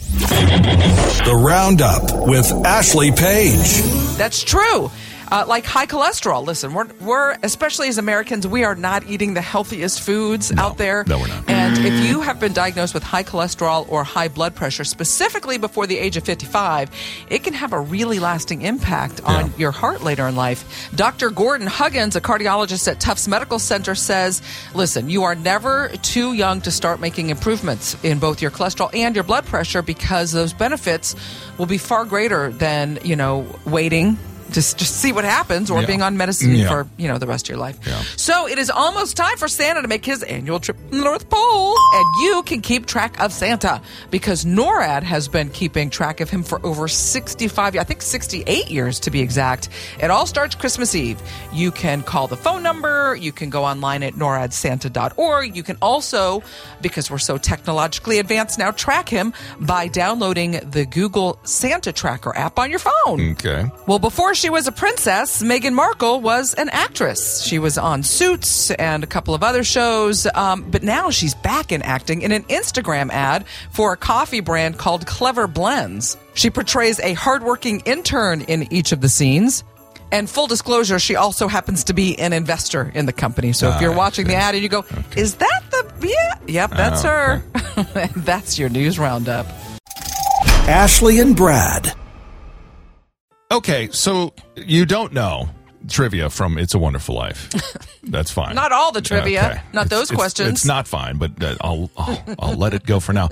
S3: The Roundup with Ashley Page.
S2: That's true. Uh, like high cholesterol. Listen, we're, we're, especially as Americans, we are not eating the healthiest foods out there.
S6: No, we're not.
S2: And if you have been diagnosed with high cholesterol or high blood pressure, specifically before the age of 55, it can have a really lasting impact on
S6: Yeah.
S2: your heart later in life. Dr. Gordon Huggins, a cardiologist at Tufts Medical Center, says listen, you are never too young to start making improvements in both your cholesterol and your blood pressure because those benefits will be far greater than, you know, waiting. Just, just see what happens or
S6: Yeah.
S2: being on medicine
S6: Yeah.
S2: for you know the rest of your life. So it is almost time for Santa to make his annual trip to the North Pole, and you can keep track of Santa because NORAD has been keeping track of him for over 65, I think 68 years to be exact. It all starts Christmas Eve. You can call the phone number, you can go online at noradsanta.org. You can also, because we're so technologically advanced now, track him by downloading the Google Santa Tracker app on your phone.
S6: Okay.
S2: Well, before she was a princess, Meghan Markle was an actress. She was on Suits and a couple of other shows, um, but now she's back in acting in an Instagram ad for a coffee brand called Clever Blends. She portrays a hardworking intern in each of the scenes. And full disclosure, she also happens to be an investor in the company. So if you're
S6: Ah,
S2: watching the
S6: okay. Ah,
S2: ad and you go, is that the, yeah, yep, that's her. that's your news roundup.
S3: Ashley and Brad.
S6: Okay, so you don't know trivia from It's a Wonderful Life. That's fine.
S2: Not all the trivia, not those
S6: it's-
S2: questions.
S6: It's not fine, but uh, I'll, I'll I'll let it go for now.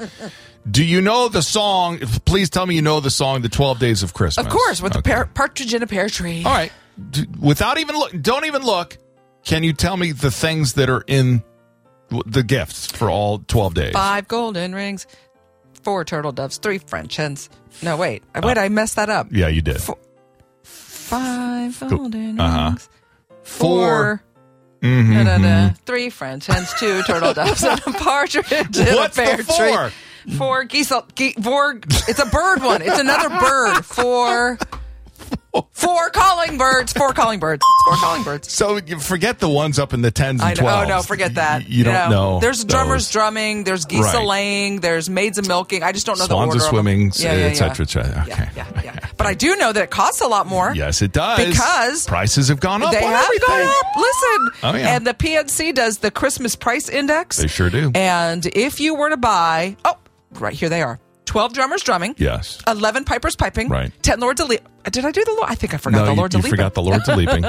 S6: Do you know the song? Please tell me you know the song "The Twelve Days of Christmas."
S2: Of course, with the
S6: Okay.
S2: pear, partridge in a pear tree.
S6: All right, D- without even look, don't even look. Can you tell me the things that are in w- the gifts for all twelve days?
S2: five golden rings, four turtle doves, three French hens. No, wait, wait, I messed that up.
S6: Uh, Yeah, you did.
S2: Four- Five
S6: Go-
S2: golden
S6: uh-huh. Mm-hmm,
S2: rings,
S6: 4
S2: 4 da, da, da, three French hens, two turtle doves, and a partridge in
S6: What's
S2: a
S6: the
S2: pear
S6: four?
S2: tree. Four geese, ge, four. It's a bird one. It's another bird. Four. Four calling birds. Four calling birds. Four calling birds.
S6: So you forget the ones up in the tens and
S2: I know. Oh
S6: twelves.
S2: no, forget that.
S6: Y- You, don't know.
S2: There's drummers drummers
S6: those.
S2: drumming. There's geese
S6: Right.
S2: a laying. There's maids a milking. I just don't know
S6: Swans
S2: the
S6: are
S2: order.
S6: swimming,
S2: of them. Yeah, yeah,
S6: et cetera,
S2: yeah.
S6: et cetera.
S2: Yeah,
S6: Okay.
S2: yeah, yeah. But I do know that it costs a lot more.
S6: Yes, it does. Oh,
S2: Because
S6: prices have gone up.
S2: They
S6: on
S2: have
S6: everything.
S2: gone up. Listen.
S6: Oh, yeah.
S2: And the PNC does the Christmas price index.
S6: They sure do.
S2: And if you were to buy, oh, right here they are. Twelve drummers drumming.
S6: Yes.
S2: 11 pipers piping,
S6: Right.
S2: 10 lords a, le- Did I do the Lord? I think I forgot the
S6: you,
S2: Lord's
S6: you
S2: a Leaping.
S6: forgot the Lord's a leaping.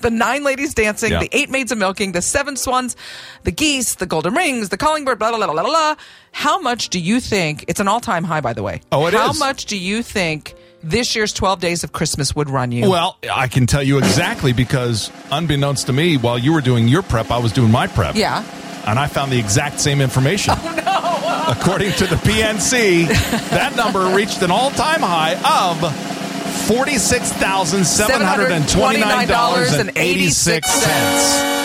S2: the nine ladies dancing,
S6: Yeah.
S2: the eight maids a milking, the seven swans, the geese, the golden rings, the calling bird, blah, blah, blah, blah, blah, blah. How much do you think? It's an all time high, by the way.
S6: Oh, it
S2: How
S6: is.
S2: much do you think this year's 12 Days of Christmas would run you?
S6: Well, I can tell you exactly because, unbeknownst to me, while you were doing your prep, I was doing my prep.
S2: Yeah.
S6: And I found the exact same information. According to the PNC, that number reached an all time high of $46,729.86.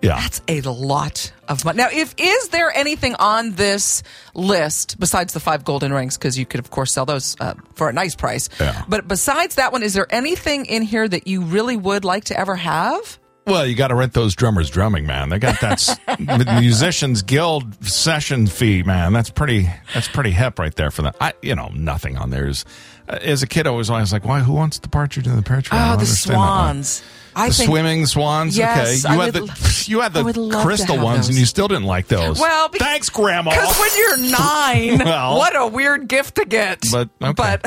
S6: Yeah.
S2: That's a lot of money. Now, if is there anything on this list besides the five golden rings? Because you could, of course, sell those uh, for a nice price.
S6: Yeah.
S2: But besides that one, is there anything in here that you really would like to ever have?
S6: Well, you got to rent those drummers drumming, man. They got that s- the musicians guild session fee, man. That's pretty. That's pretty hip right there for that. I, you know, nothing on there is. uh, As a kid, I was always like, "Why? Who wants the partridge in the pear tree?"
S2: Oh,
S6: I don't
S2: the
S6: understand that one.
S2: swans. I
S6: the
S2: think.
S6: swimming swans.
S2: Yes,
S6: okay, you
S2: I
S6: had
S2: would
S6: the you had
S2: I would love
S6: the
S2: to
S6: crystal
S2: have
S6: ones, and
S2: those.
S6: you still didn't like those.
S2: Well, be-
S6: thanks, Grandma.
S2: Because when you're nine,
S6: Well.
S2: what a weird gift to get.
S6: But, okay.
S2: But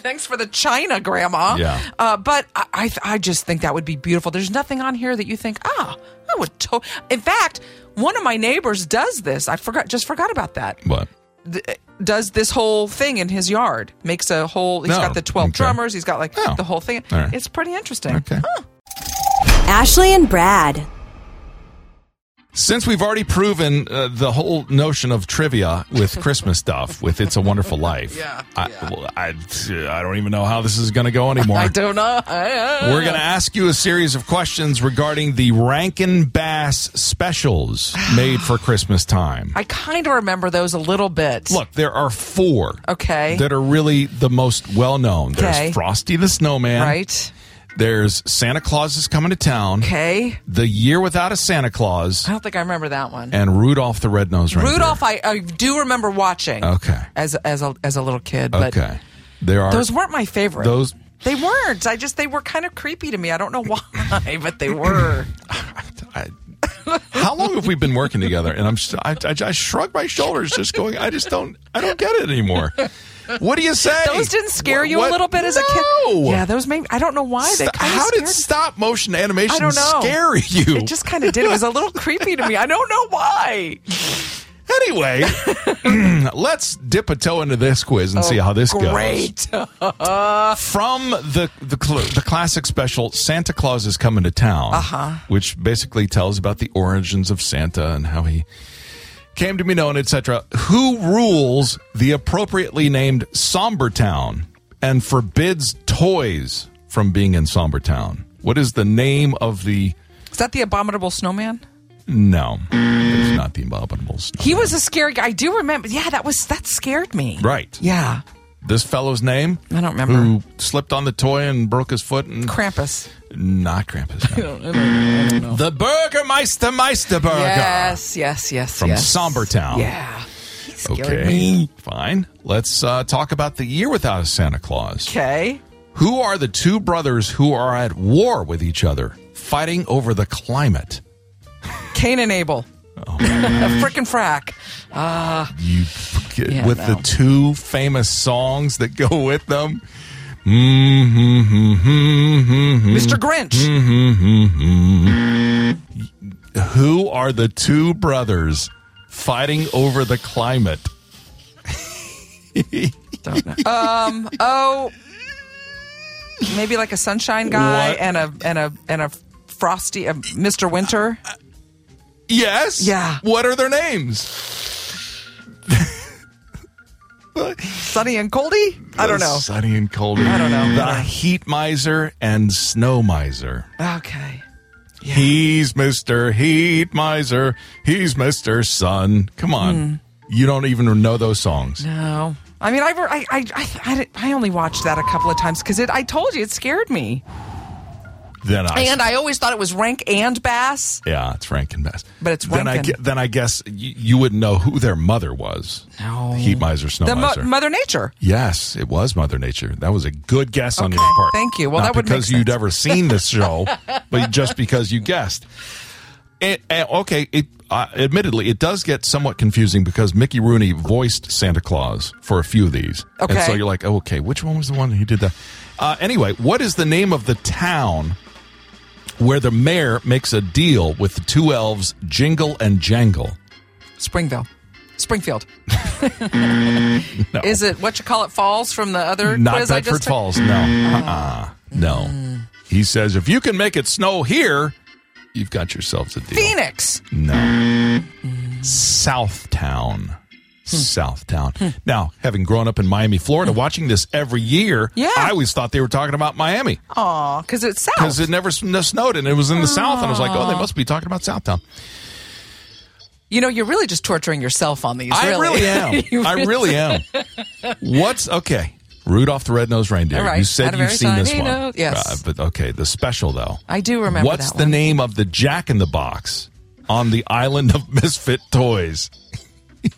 S2: thanks for the china, Grandma.
S6: Yeah.
S2: Uh, but I, I, I just think that would be beautiful. There's nothing on here that you think, ah, I would. To-. In fact, one of my neighbors does this. I forgot, just forgot about that.
S6: what?
S2: Th- Does this whole thing in his yard? Makes a whole. He's
S6: No.
S2: got the twelve
S6: Oh, Okay.
S2: drummers. He's got like
S6: Oh.
S2: the whole thing.
S6: All right.
S2: It's pretty interesting.
S6: Okay.
S4: Ashley and Brad.
S6: Since we've already proven uh, the whole notion of trivia with Christmas stuff, with "It's a Wonderful Life,"
S2: Yeah,
S6: I, well, I, I don't even know how this is going to go anymore.
S2: I don't know.
S6: We're going to ask you a series of questions regarding the Rankin Bass specials made for Christmas time.
S2: I kind of remember those a little bit.
S6: Look, there are four
S2: Okay.
S6: that are really the most well known. There's
S2: Okay.
S6: Frosty the Snowman.
S2: right?
S6: There's Santa Claus is Coming to Town.
S2: Okay.
S6: The Year Without a Santa Claus.
S2: I don't think I remember that one.
S6: And Rudolph the Red-Nosed Reindeer.
S2: Rudolph, I, I do remember watching.
S6: Okay.
S2: As as a as a little kid, but
S6: Okay. There are
S2: those weren't my favorite.
S6: those-
S2: they weren't. I just they were kind of creepy to me. I don't know why, but they were.
S6: I, how long have we been working together? And I'm st- I, I, I shrug my shoulders, just going, I just don't, I don't get it anymore. What do you say?
S2: Those didn't scare
S6: What-
S2: you a
S6: what-
S2: little bit as a kid.
S6: No.
S2: Yeah, those made. I don't know why they.
S6: St-
S2: Kind
S6: how
S2: of
S6: did stop motion animation
S2: I don't know.
S6: scare you?
S2: It just kind of did. It was a little creepy to me. I don't know why.
S6: anyway, let's dip a toe into this quiz and see how this goes.
S2: Oh, Great.
S6: From the the, cl- the classic special, Santa Claus is coming to town,
S2: Uh-huh.
S6: which basically tells about the origins of Santa and how he came to be known, etc. Who rules the appropriately named Somber Town and forbids toys from being in Somber Town? What is the name of the?
S2: Is that the abominable snowman?
S6: No, it's not the abominable. Snowman.
S2: He was a scary guy. I do remember. Yeah, that was that scared me.
S6: Right.
S2: Yeah.
S6: This fellow's name?
S2: I don't remember.
S6: Who slipped on the toy and broke his foot and
S2: Krampus.
S6: not Krampus. no. The Burgermeister Meisterburger
S2: Yes, yes, yes.
S6: Oh, from
S2: yes.
S6: Somber Town.
S2: Yeah. He scared me.
S6: Okay. Fine. Let's uh, talk about the year without a Santa Claus.
S2: Okay.
S6: Who are the two brothers who are at war with each other, fighting over the climate?
S2: Cain and Abel.
S6: Oh.
S2: A frickin' frack.
S6: Hmm. You
S2: Yeah,
S6: with
S2: no.
S6: the two famous songs that go with them. Mm-hmm.
S2: Mr. Grinch.
S6: Who are the two brothers fighting over the climate?
S2: Don't know. Um, oh, maybe like a sunshine guy
S6: What?
S2: and a and a and a frosty a Mr. Winter.
S6: Yes.
S2: Yeah.
S6: What are their names?
S2: Sunny and Coldy? I don't know.
S6: Sunny and Coldy. I
S2: don't know. I don't
S6: The
S2: know.
S6: heat miser and snow miser.
S2: Okay.
S6: He's Mr. Heat Miser. He's Mr. Sun. Come on. You don't even know those songs.
S2: Hmm. No. I mean, I, re- I, I, I, I did- I only watched that a couple of times because I told you it scared me.
S6: Then I.
S2: And I always thought it was rank and bass.
S6: yeah, it's Rankin Bass.
S2: But it's
S6: then I,
S2: Rankin.
S6: gue- then I guess you, you wouldn't know who their mother was.
S2: No.
S6: Heat miser, snow
S2: The mo-
S6: miser.
S2: Mother Nature.
S6: Yes, it was Mother Nature. That was a good guess on
S2: Okay,
S6: your part.
S2: thank you. Well,
S6: Not
S2: that would make
S6: because you'd
S2: sense.
S6: ever seen this show, but just because you guessed. It, eh, okay, it, uh, admittedly, it does get somewhat confusing because Mickey Rooney voiced Santa Claus for a few of these, and
S2: Okay.
S6: so you're like, oh, okay, which one was the one that he did that? Uh, anyway, what is the name of the town where the mayor makes a deal with the two elves, Jingle and Jangle?
S2: Springville. Springfield. Is it what you call it falls from the other
S6: Not
S2: quiz I just
S6: Bedford
S2: took?
S6: Falls. No. Uh-uh. No. He says, if you can make it snow here, you've got yourselves a deal.
S2: Phoenix.
S6: No. Southtown.
S2: Hmm.
S6: Southtown. Now, having grown up in Miami, Florida, watching this every year,
S2: Yeah.
S6: I always thought they were talking about Miami
S2: Aw, because it's
S6: because
S2: south.
S6: it never sn- snowed and it was in the South. And I was like, oh, they must be talking about Southtown.
S2: you know, you're really just torturing yourself on these.
S6: I really
S2: You
S6: am. I really am. What's okay? Rudolph the Red-Nosed Reindeer.
S2: All right.
S6: You said
S2: Out of
S6: you've seen this
S2: Arizona.
S6: one.
S2: Yes.
S6: Uh, but okay, the special though.
S2: I do remember
S6: What's
S2: that
S6: the
S2: one.
S6: name of the Jack in the Box on the island of misfit toys?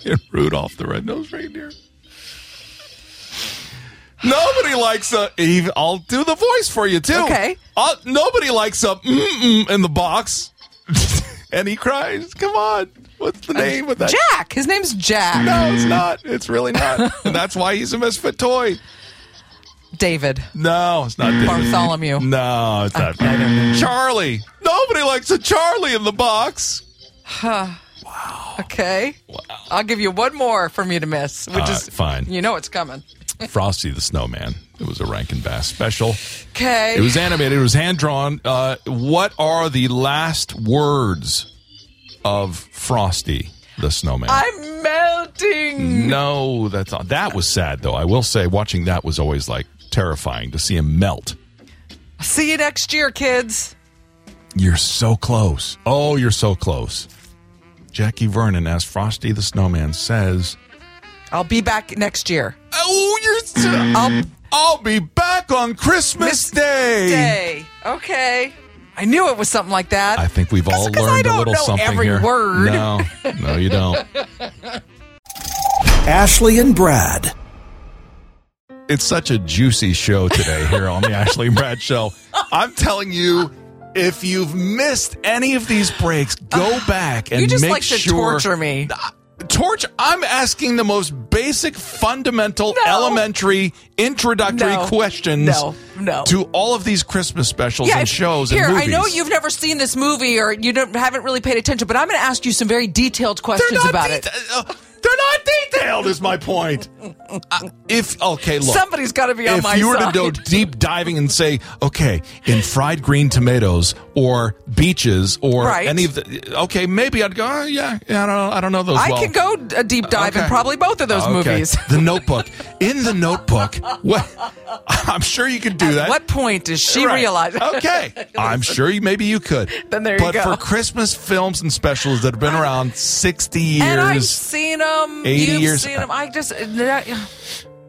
S6: Rudolph the Red-Nosed Reindeer. Nobody likes a. Eve, I'll do the voice for you too.
S2: Okay.
S6: Uh, nobody likes a mm-mm in the box, and he cries. Come on, what's
S2: Uh,
S6: the name of that?
S2: Jack. His name's Jack.
S6: No, it's not. It's really not. And that's why he's a misfit toy.
S2: David.
S6: No, it's not. David.
S2: Bartholomew.
S6: No, it's not. Charlie. Nobody likes a Charlie in the box.
S2: Okay. I'll give you one more for me to miss, which
S6: Uh,
S2: is
S6: fine.
S2: You know it's coming.
S6: Frosty the Snowman. It was a Rankin Bass special.
S2: Okay.
S6: It was animated. It was hand drawn. Uh, what are the last words of Frosty the Snowman?
S2: I'm
S6: Mm.
S2: melting.
S6: no, that's that was sad though. I will say, watching that was always like terrifying to see him melt.
S2: See you next year, kids.
S6: You're so close. Oh, you're so close. Jackie Vernon, as Frosty the Snowman says,
S2: I'll be back next year.
S6: Oh, you're so.
S2: I'll
S6: I'll be back on Christmas
S2: Miss- day. Okay. I knew it was something like that.
S6: I think we've all
S2: 'Cause- 'cause I
S6: learned a
S2: don't
S6: little
S2: know
S6: something
S2: every
S6: here.
S2: word.
S6: No, no, you don't.
S3: Ashley and Brad.
S6: it's such a juicy show today here on the Ashley and Brad Show. I'm telling you, if you've missed any of these breaks, go back and
S2: you just
S6: make
S2: like to
S6: sure.
S2: torture me.
S6: Torch, I'm asking the most basic, fundamental,
S2: No.
S6: elementary, introductory
S2: No.
S6: questions
S2: No. No.
S6: to all of these Christmas specials and
S2: if-
S6: shows
S2: Here,
S6: and movies.
S2: I know you've never seen this movie or you don't, haven't really paid attention, but I'm going to ask you some very detailed
S6: They're
S2: questions
S6: not
S2: about it.
S6: deta- uh, they're not detailed, is my point. Uh, if okay, look,
S2: Somebody's got to be on
S6: if
S2: my
S6: you were
S2: side.
S6: to go deep diving and say, okay, in fried green tomatoes or beaches or
S2: Right.
S6: any of the, okay, maybe I'd go, oh, yeah, yeah, I don't know, I don't know those.
S2: I
S6: well.
S2: can go d- a deep dive in
S6: Okay.
S2: probably both of those
S6: Okay.
S2: movies.
S6: The Notebook. In the Notebook. What? I'm sure you could do that.
S2: What point does she
S6: Right. Oh,
S2: realize?
S6: Okay. I'm sure you, maybe you could.
S2: Then there you
S6: but
S2: go.
S6: for Christmas films and specials that have been around 60 years.
S2: And I've seen them.
S6: 80
S2: You've
S6: years-
S2: seen them. I just. that-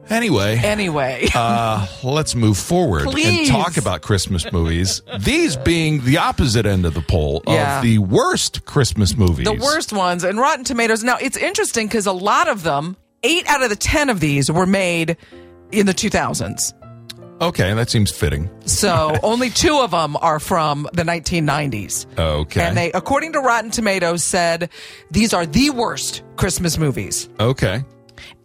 S6: anyway.
S2: Anyway.
S6: Uh, let's move forward and
S2: Please.
S6: talk about Christmas movies. These being the opposite end of the poll
S2: Yeah.
S6: of the worst Christmas movies.
S2: the worst ones and Rotten Tomatoes. Now, it's interesting because a lot of them, eight out of the 10 of these were made in the 2000s.
S6: Okay, that seems fitting.
S2: So only two of them are from the 1990s.
S6: Okay.
S2: And they, according to Rotten Tomatoes, said these are the worst Christmas movies.
S6: okay.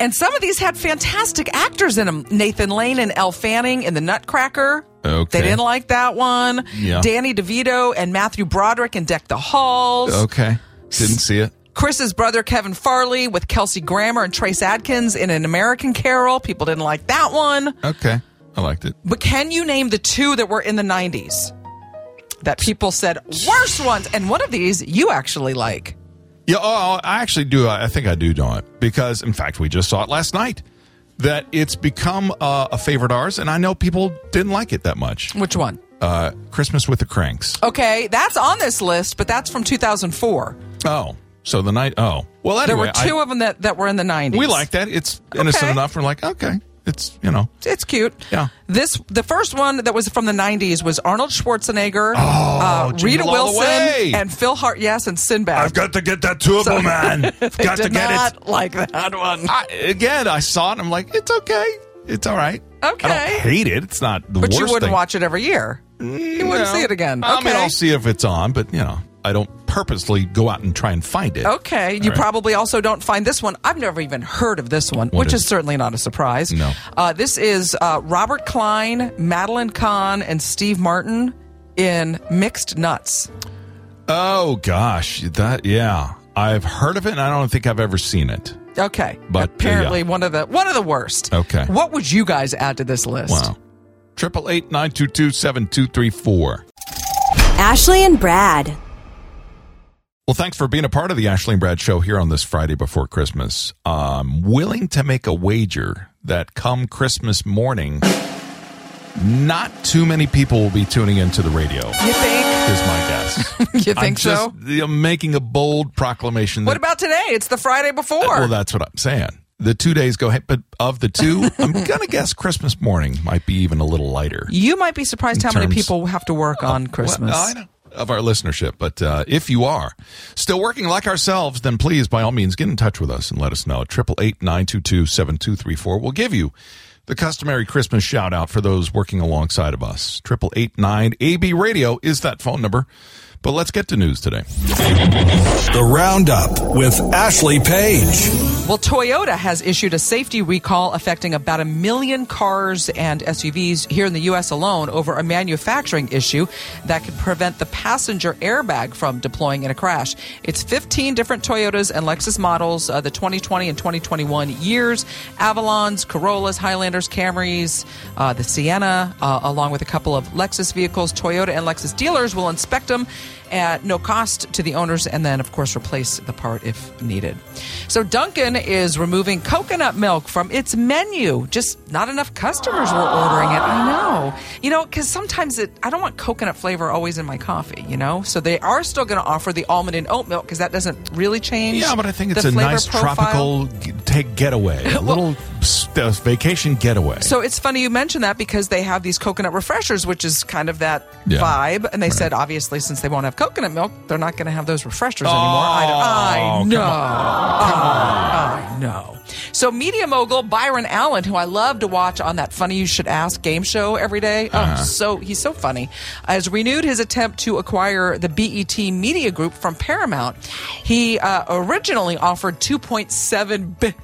S2: And some of these had fantastic actors in them. Nathan Lane and Elle Fanning in The Nutcracker.
S6: Okay.
S2: They didn't like that one.
S6: Yeah.
S2: Danny DeVito and Matthew Broderick in Deck the Halls.
S6: Okay. Didn't see it.
S2: Chris's brother Kevin Farley with Kelsey Grammer and Trace Adkins in An American Carol. People didn't like that one.
S6: Okay. I liked it.
S2: But can you name the two that were in the 90s that people said worse ones? And one of these you actually like.
S6: Yeah, oh, I actually do. I think I do know it because, in fact, we just saw it last night. That it's become uh, a favorite ours, and I know people didn't like it that much.
S2: Which one?
S6: Uh, Christmas with the Cranks.
S2: Okay, that's on this list, but that's from 2004.
S6: Oh, so the night. Oh, well,
S2: There
S6: anyway,
S2: were two
S6: I-
S2: of them that, that were in the 90s.
S6: we like that. It's innocent
S2: Okay.
S6: enough. We're like, okay, it's you know,
S2: It's cute.
S6: Yeah.
S2: This the first one that was from the '90s was Arnold Schwarzenegger,
S6: Oh,
S2: uh,
S6: Jingle
S2: Rita
S6: All the Way.
S2: Wilson, and Phil Hart. Yes, and Sinbad.
S6: got to get that turbo
S2: So-
S6: man. I've
S2: They did not like that one.
S6: I, again, I saw it. and I'm like, it's okay. It's all right. I
S2: Okay.
S6: don't hate it. It's not the
S2: But
S6: worst
S2: you wouldn't
S6: thing.
S2: watch it every year. you wouldn't
S6: No.
S2: see it again.
S6: Oh, I mean,
S2: Okay.
S6: I'll see if it's on, but you know, I don't purposely go out and try and find it.
S2: Okay, you
S6: right.
S2: probably also don't find this one. I've never even heard of this one,
S6: What
S2: which
S6: is
S2: is,
S6: it?
S2: certainly not a surprise.
S6: No.
S2: Uh, this is uh, Robert Klein, Madeline Kahn, and Steve Martin in Mixed Nuts.
S6: Oh gosh, that yeah. I've heard of it and I don't think I've ever seen it.
S2: Okay,
S6: But, uh,
S2: apparently
S6: yeah.
S2: one of the one of the worst.
S6: Okay.
S2: what would you guys add to this list?
S6: Wow. Triple eight nine two two seven two three four.
S4: Ashley and Brad.
S6: Well, thanks for being a part of the Ashley and Brad show here on this Friday before Christmas. I'm willing to make a wager that come Christmas morning, not too many people will be tuning into the radio.
S2: You think?
S6: Is my guess.
S2: You think
S6: I'm just,
S2: so?
S6: I'm making a bold proclamation.
S2: What
S6: that-
S2: about today? It's the Friday before.
S6: Well, that's what I'm saying. The two days go, but of the two, I'm gonna guess Christmas morning might be even a little lighter.
S2: you might be surprised
S6: In
S2: how many
S6: terms-
S2: people have to work on Christmas.
S6: Well, I know of our listenership, but uh, if you are still working like ourselves, then please, by all means, get in touch with us and let us know. Triple eight nine two two seven two three four. We'll give you the customary Christmas shout out for those working alongside of us. Triple eight nine AB Radio is that phone number. But let's get to news today.
S3: The Roundup with Ashley Page.
S2: Well, Toyota has issued a safety recall affecting about a million cars and SUVs here in the U.S. alone over a manufacturing issue that could prevent the passenger airbag from deploying in a crash. It's 15 different Toyotas and Lexus models, uh, the 2020 and 2021 years, Avalons, Corollas, Highlanders, Camrys, uh, the Sienna, uh, along with a couple of Lexus vehicles. Toyota and Lexus dealers will inspect them at no cost to the owners and then, of course, replace the part if needed. So, Duncan is removing coconut milk from its menu. Just not enough customers were ordering it. I know. You know, because sometimes it, I don't want coconut flavor always in my coffee, you know? So, they are still going to offer the almond and oat milk because that doesn't really change.
S6: Yeah, but I think
S2: the
S6: it's a
S2: flavor
S6: nice
S2: profile.
S6: tropical g- take getaway, a little s- uh, vacation getaway.
S2: So it's funny you mention that because they have these coconut refreshers, which is kind of that
S6: Yeah.
S2: vibe. And they said, obviously, since they won't have coconut milk, they're not going to have those refreshers anymore. I, I
S6: Oh, come
S2: know. I, I know. So media mogul Byron Allen, who I love to watch on that Funny You Should Ask game show every day. Oh, so he's so funny. Has renewed his attempt to acquire the BET Media Group from Paramount. He uh, originally offered 2.7 bi-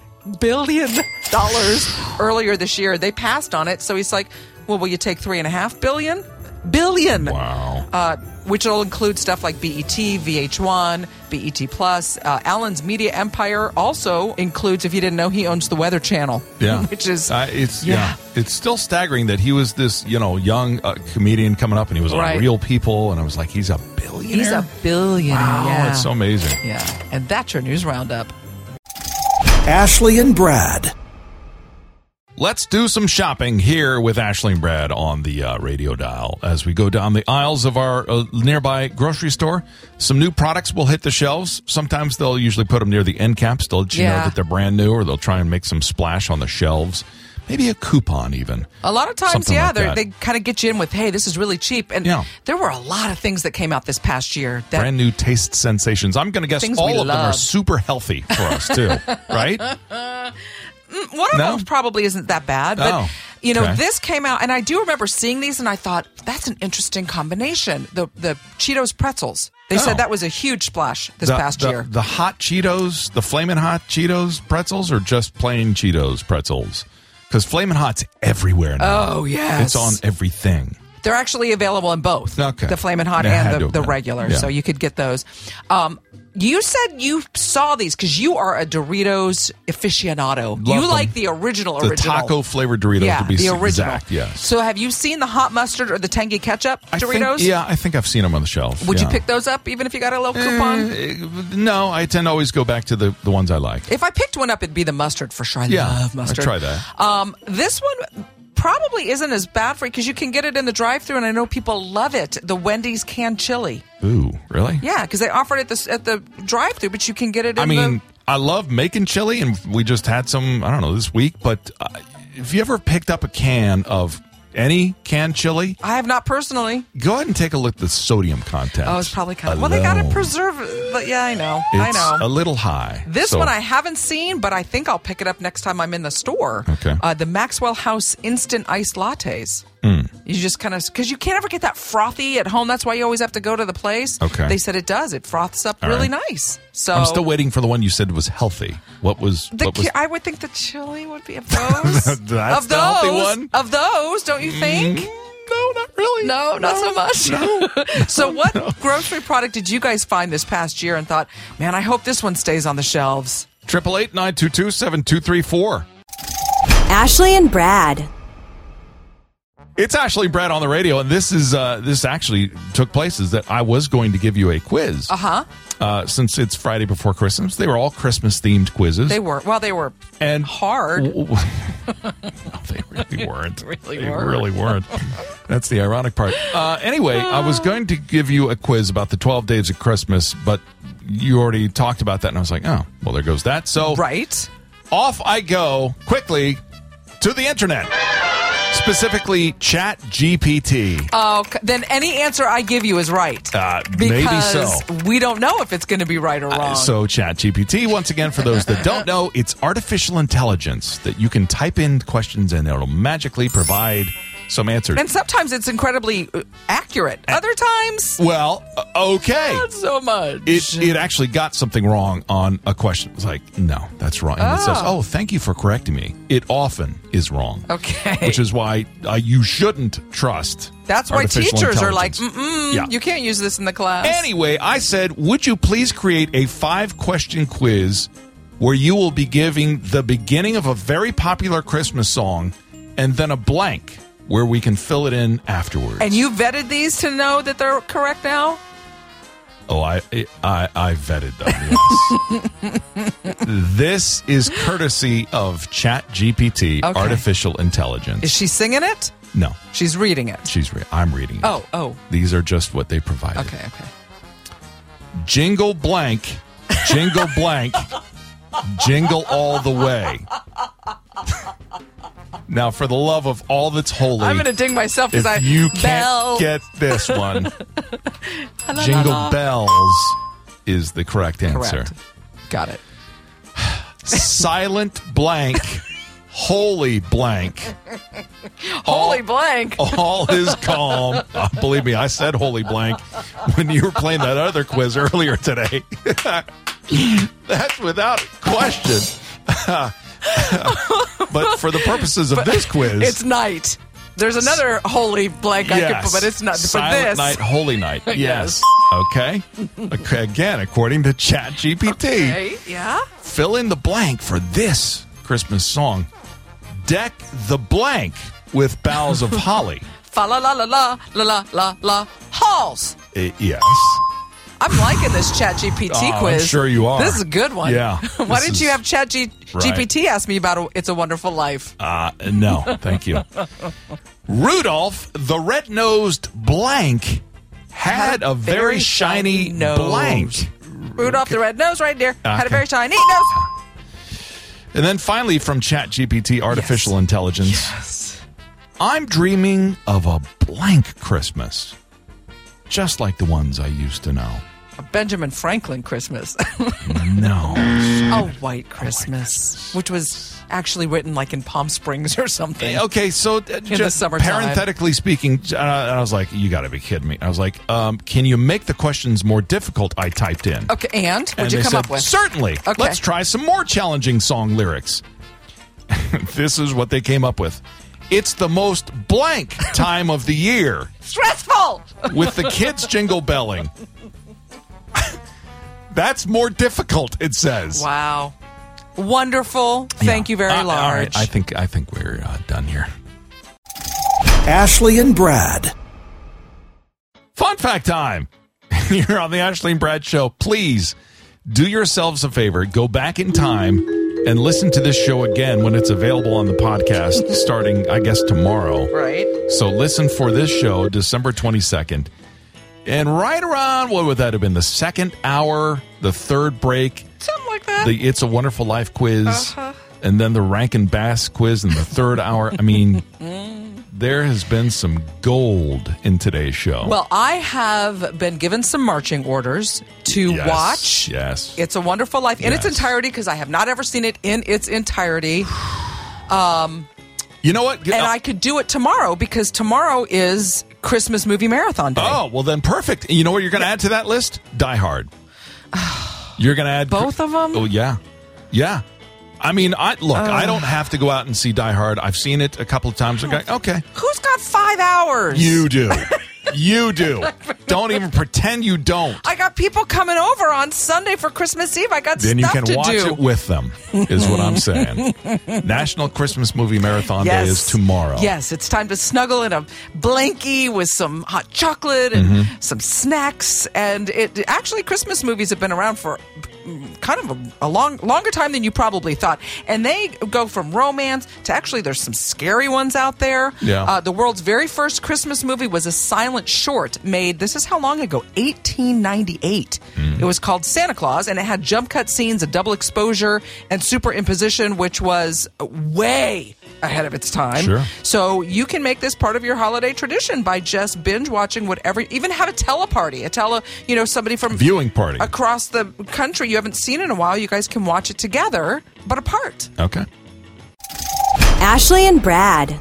S2: billion dollars earlier this year. They passed on it, so he's like, "Well, will you take three and a half billion? Billion?
S6: Wow.
S2: Uh, which will include stuff like E BET, VH1, BET Plus. Uh, Allen's media empire also includes, if you didn't know, he owns the Weather Channel.
S6: Yeah,
S2: which is
S6: uh, it's yeah. it's still staggering that he was this you know young uh, comedian coming up, and he was
S2: Right.
S6: on Real People, and I was like, he's a billionaire.
S2: He's a billionaire.
S6: wow,
S2: yeah.
S6: it's so amazing.
S2: yeah, and that's your news roundup.
S3: Ashley and Brad.
S6: Let's do some shopping here with Ashley and Brad on the uh, radio dial as we go down the aisles of our uh, nearby grocery store. Some new products will hit the shelves. Sometimes they'll usually put them near the end caps. They'll let you know
S2: Yeah.
S6: that they're brand new, or they'll try and make some splash on the shelves. Maybe a coupon, even.
S2: A lot of times,
S6: Something
S2: yeah,
S6: like
S2: they're
S6: that.
S2: they kind of get you in with, "Hey, this is really cheap," and
S6: Yeah.
S2: there were a lot of things that came out this past year that
S6: brand new taste sensations. I'm going to guess
S2: Things we
S6: all of them are
S2: love.
S6: super healthy for us too, right?
S2: one of
S6: No?
S2: them probably isn't that bad, but
S6: Oh,
S2: you know,
S6: okay.
S2: this came out, and I do remember seeing these, and I thought that's an interesting combination. The the Cheetos pretzels. They
S6: Oh.
S2: said that was a huge splash this
S6: The-
S2: past
S6: the-
S2: year.
S6: the hot Cheetos, the flaming hot Cheetos pretzels, or just plain Cheetos pretzels? Because flaming hot's everywhere now.
S2: Oh, yes.
S6: it's on everything.
S2: They're actually available in both.
S6: Okay.
S2: The Flamin' Hot
S6: Yeah, I had
S2: and
S6: to
S2: the,
S6: have
S2: the
S6: been.
S2: regular.
S6: Yeah.
S2: So you could get those. Um, you said you saw these because you are a Doritos aficionado. you
S6: them.
S2: like the original
S6: The
S2: original.
S6: taco flavored Doritos,
S2: yeah,
S6: to be
S2: the
S6: s-
S2: original.
S6: exact. Yes.
S2: So have you seen the hot mustard or the tangy ketchup
S6: I think-
S2: Doritos?
S6: yeah, I think I've seen them on the shelf.
S2: Would
S6: yeah.
S2: you pick those up even if you got a little coupon?
S6: Eh, No, I tend to always go back to the, the ones I like.
S2: If I picked one up, it'd be the mustard for sure. I
S6: Yeah,
S2: love
S6: I'd
S2: mustard.
S6: try that.
S2: Um, this one probably isn't as bad for you because you can get it in the drive-through, and I know people love it. The Wendy's canned chili.
S6: Ooh, really?
S2: Yeah, because they offer it at the, at the drive-through, but you can get it. in
S6: I mean,
S2: the,
S6: I love making chili, and we just had some, I don't know, this week. But uh, if you ever picked up a can of any canned chili,
S2: I have not personally.
S6: go ahead and take a look at the sodium content.
S2: Oh, it's probably kind of. Well, they got to preserve. But yeah, I know. I
S6: It's
S2: know.
S6: a little high.
S2: This
S6: So-
S2: one I haven't seen, but I think I'll pick it up next time I'm in the store.
S6: Okay.
S2: Uh, the Maxwell House instant iced lattes.
S6: Hmm.
S2: You just kind of because you can't ever get that frothy at home. That's why you always have to go to the place.
S6: Okay.
S2: They said it does. It froths up
S6: All
S2: really
S6: right.
S2: nice. So
S6: I'm still waiting for the one you said was healthy. What was?
S2: The
S6: what was
S2: ki- I would think the chili would be of those.
S6: That's
S2: of those.
S6: the healthy one? Mm-hmm.
S2: Of those, don't you think?
S6: no, not really.
S2: No, not so much. so, what grocery product did you guys find this past year and thought, man, I hope this one stays on the shelves?
S6: Triple eight nine two two seven two three four.
S4: Ashley and Brad.
S6: It's Ashley Brad on the radio, and this is uh, this actually took place. Is that I was going to give you a quiz. Uh-huh. Since it's Friday before Christmas, they were all Christmas themed quizzes.
S2: They were well, they were
S6: and
S2: hard.
S6: W- w- no, they really weren't.
S2: Really
S6: they
S2: weren't.
S6: really weren't. That's the ironic part. Uh, anyway, I
S2: Ah.
S6: was going to give you a quiz about the 12 days of Christmas, but you already talked about that, and I was like, oh, well, there goes that. So
S2: right?
S6: off I go quickly to the internet, specifically Chat GPT.
S2: Oh, c- then any answer I give you is right.
S6: Uh, maybe
S2: because
S6: so.
S2: we don't know if it's going to be right or wrong.
S6: So, ChatGPT, once again, for those that don't know, it's artificial intelligence that you can type in questions and it'll magically provide some answers.
S2: and sometimes it's incredibly uh, accurate. Other times,
S6: Well, uh, okay.
S2: not so much.
S6: It, it actually got something wrong on a question. It's like, no, that's wrong. And it says, oh, thank you for correcting me. It often is wrong.
S2: Okay.
S6: Which is why uh, you shouldn't trust.
S2: That's why
S6: artificial
S2: teachers are like,
S6: intelligence.
S2: mm
S6: Yeah.
S2: you can't use this in the class.
S6: Anyway, I said, would you please create a five question quiz where you will be giving the beginning of a very popular Christmas song and then a blank where we can fill it in afterwards?
S2: and you vetted these to know that they're correct now?
S6: Oh, I I I vetted them. Yes. this is courtesy of ChatGPT,
S2: Okay.
S6: artificial
S2: Is
S6: intelligence.
S2: she singing it?
S6: no,
S2: She's reading it.
S6: she's re- I'm reading. it.
S2: Oh, oh.
S6: these are just what they provided.
S2: Okay, okay.
S6: Jingle blank, jingle blank, jingle all the way. now, for the love of all that's holy,
S2: I'm going to ding myself
S6: if
S2: because I
S6: you can't
S2: bell.
S6: get this one, jingle bells is the correct answer.
S2: Correct. Got it.
S6: silent blank, holy blank.
S2: Holy blank.
S6: All is calm. Uh, believe me, I said holy blank when you were playing that other quiz earlier today. That's without question. but for the purposes of this quiz,
S2: It's night. There's another holy blank I could put, but it's not.
S6: Silent
S2: for this.
S6: night, holy night. Yes. Okay. okay. Again, according to Chat GPT.
S2: Okay, yeah.
S6: fill in the blank for this Christmas song. Deck the blank with boughs of holly.
S2: Fa la la la la la la la la halls.
S6: Uh, yes.
S2: I'm liking this Chat GPT
S6: Oh, I'm
S2: quiz.
S6: sure you are.
S2: This is a good one.
S6: Yeah,
S2: Why
S6: this
S2: didn't you
S6: is-
S2: have Chat G-
S6: Right.
S2: GPT ask me about a, It's a Wonderful Life?
S6: Uh, no, thank you. Rudolph the red nosed blank had a very shiny
S2: nose.
S6: blank.
S2: Rudolph the Red Nose right there had
S6: Okay.
S2: a very shiny nose.
S6: And then finally from ChatGPT Artificial Intelligence. I'm dreaming of a blank Christmas, just like the ones I used to know.
S2: A Benjamin Franklin Christmas.
S6: No.
S2: a white Christmas, which was actually written like in Palm Springs or something.
S6: Okay, so uh, just
S2: summertime.
S6: parenthetically speaking, uh, and I was like, "You got to be kidding me!" I was like, um, "Can you make the questions more difficult?" I typed in.
S2: Okay, and
S6: and
S2: what'd you
S6: they
S2: come
S6: said,
S2: up with?
S6: "Certainly,
S2: Okay.
S6: let's try some more challenging song lyrics." this is what they came up with. It's the most blank time of the year
S2: Stressful.
S6: with the kids jingle belling. That's more difficult, it says.
S2: Wow. Wonderful. Thank you very
S6: Uh,
S2: large.
S6: All right, I think I think we're uh, done here.
S3: Ashley and Brad.
S6: Fun fact time. You're on the Ashley and Brad Show. Please do yourselves a favor. Go back in time and listen to this show again when it's available on the podcast starting, I guess, tomorrow.
S2: right.
S6: So listen for this show, December 22nd. And right around, what would that have been? The second hour, the third break,
S2: Something like that.
S6: the It's a Wonderful Life quiz, and then the Rankin Bass quiz in the third hour. I mean, there has been some gold in today's show.
S2: well, I have been given some marching orders to
S6: Yes,
S2: watch
S6: Yes.
S2: It's a Wonderful Life in its
S6: Yes.
S2: entirety because I have not ever seen it in its entirety. Um,
S6: You know what?
S2: and I could do it tomorrow because tomorrow is Christmas movie marathon day.
S6: Oh, well then perfect. You know what you're going to add to that list? Die Hard. You're going to add
S2: Both of 'em?
S6: Oh yeah, yeah. I mean, I look. I don't have to go out and see Die Hard. I've seen it a couple of
S2: Oh.
S6: times. Okay, okay.
S2: Who's got five hours?
S6: You do. you do. Don't even pretend you don't.
S2: I got people coming over on Sunday for Christmas Eve. I got
S6: then you
S2: stuff
S6: can
S2: to
S6: watch
S2: do.
S6: it with them, is what I'm saying. National Christmas Movie Marathon Day is tomorrow.
S2: Yes, it's time to snuggle in a blankie with some hot chocolate and
S6: Mm-hmm.
S2: some snacks. And it actually, Christmas movies have been around for mm, kind of a, a long, longer time than you probably thought. And they go from romance to actually, there's some scary ones out there.
S6: Yeah.
S2: Uh, the world's very first Christmas movie was a silent short made, this is how long ago? 1898.
S6: Mm-hmm.
S2: It was called Santa Claus, and it had jump cut scenes, a double exposure, and superimposition, which was way ahead of its time.
S6: Sure.
S2: So you can make this part of your holiday tradition by just binge watching whatever, even have a teleparty, a tele, you know, somebody from
S6: Viewing party.
S2: across the country you haven't seen in a while. You guys can watch it together, but apart.
S6: Okay.
S4: Ashley and Brad.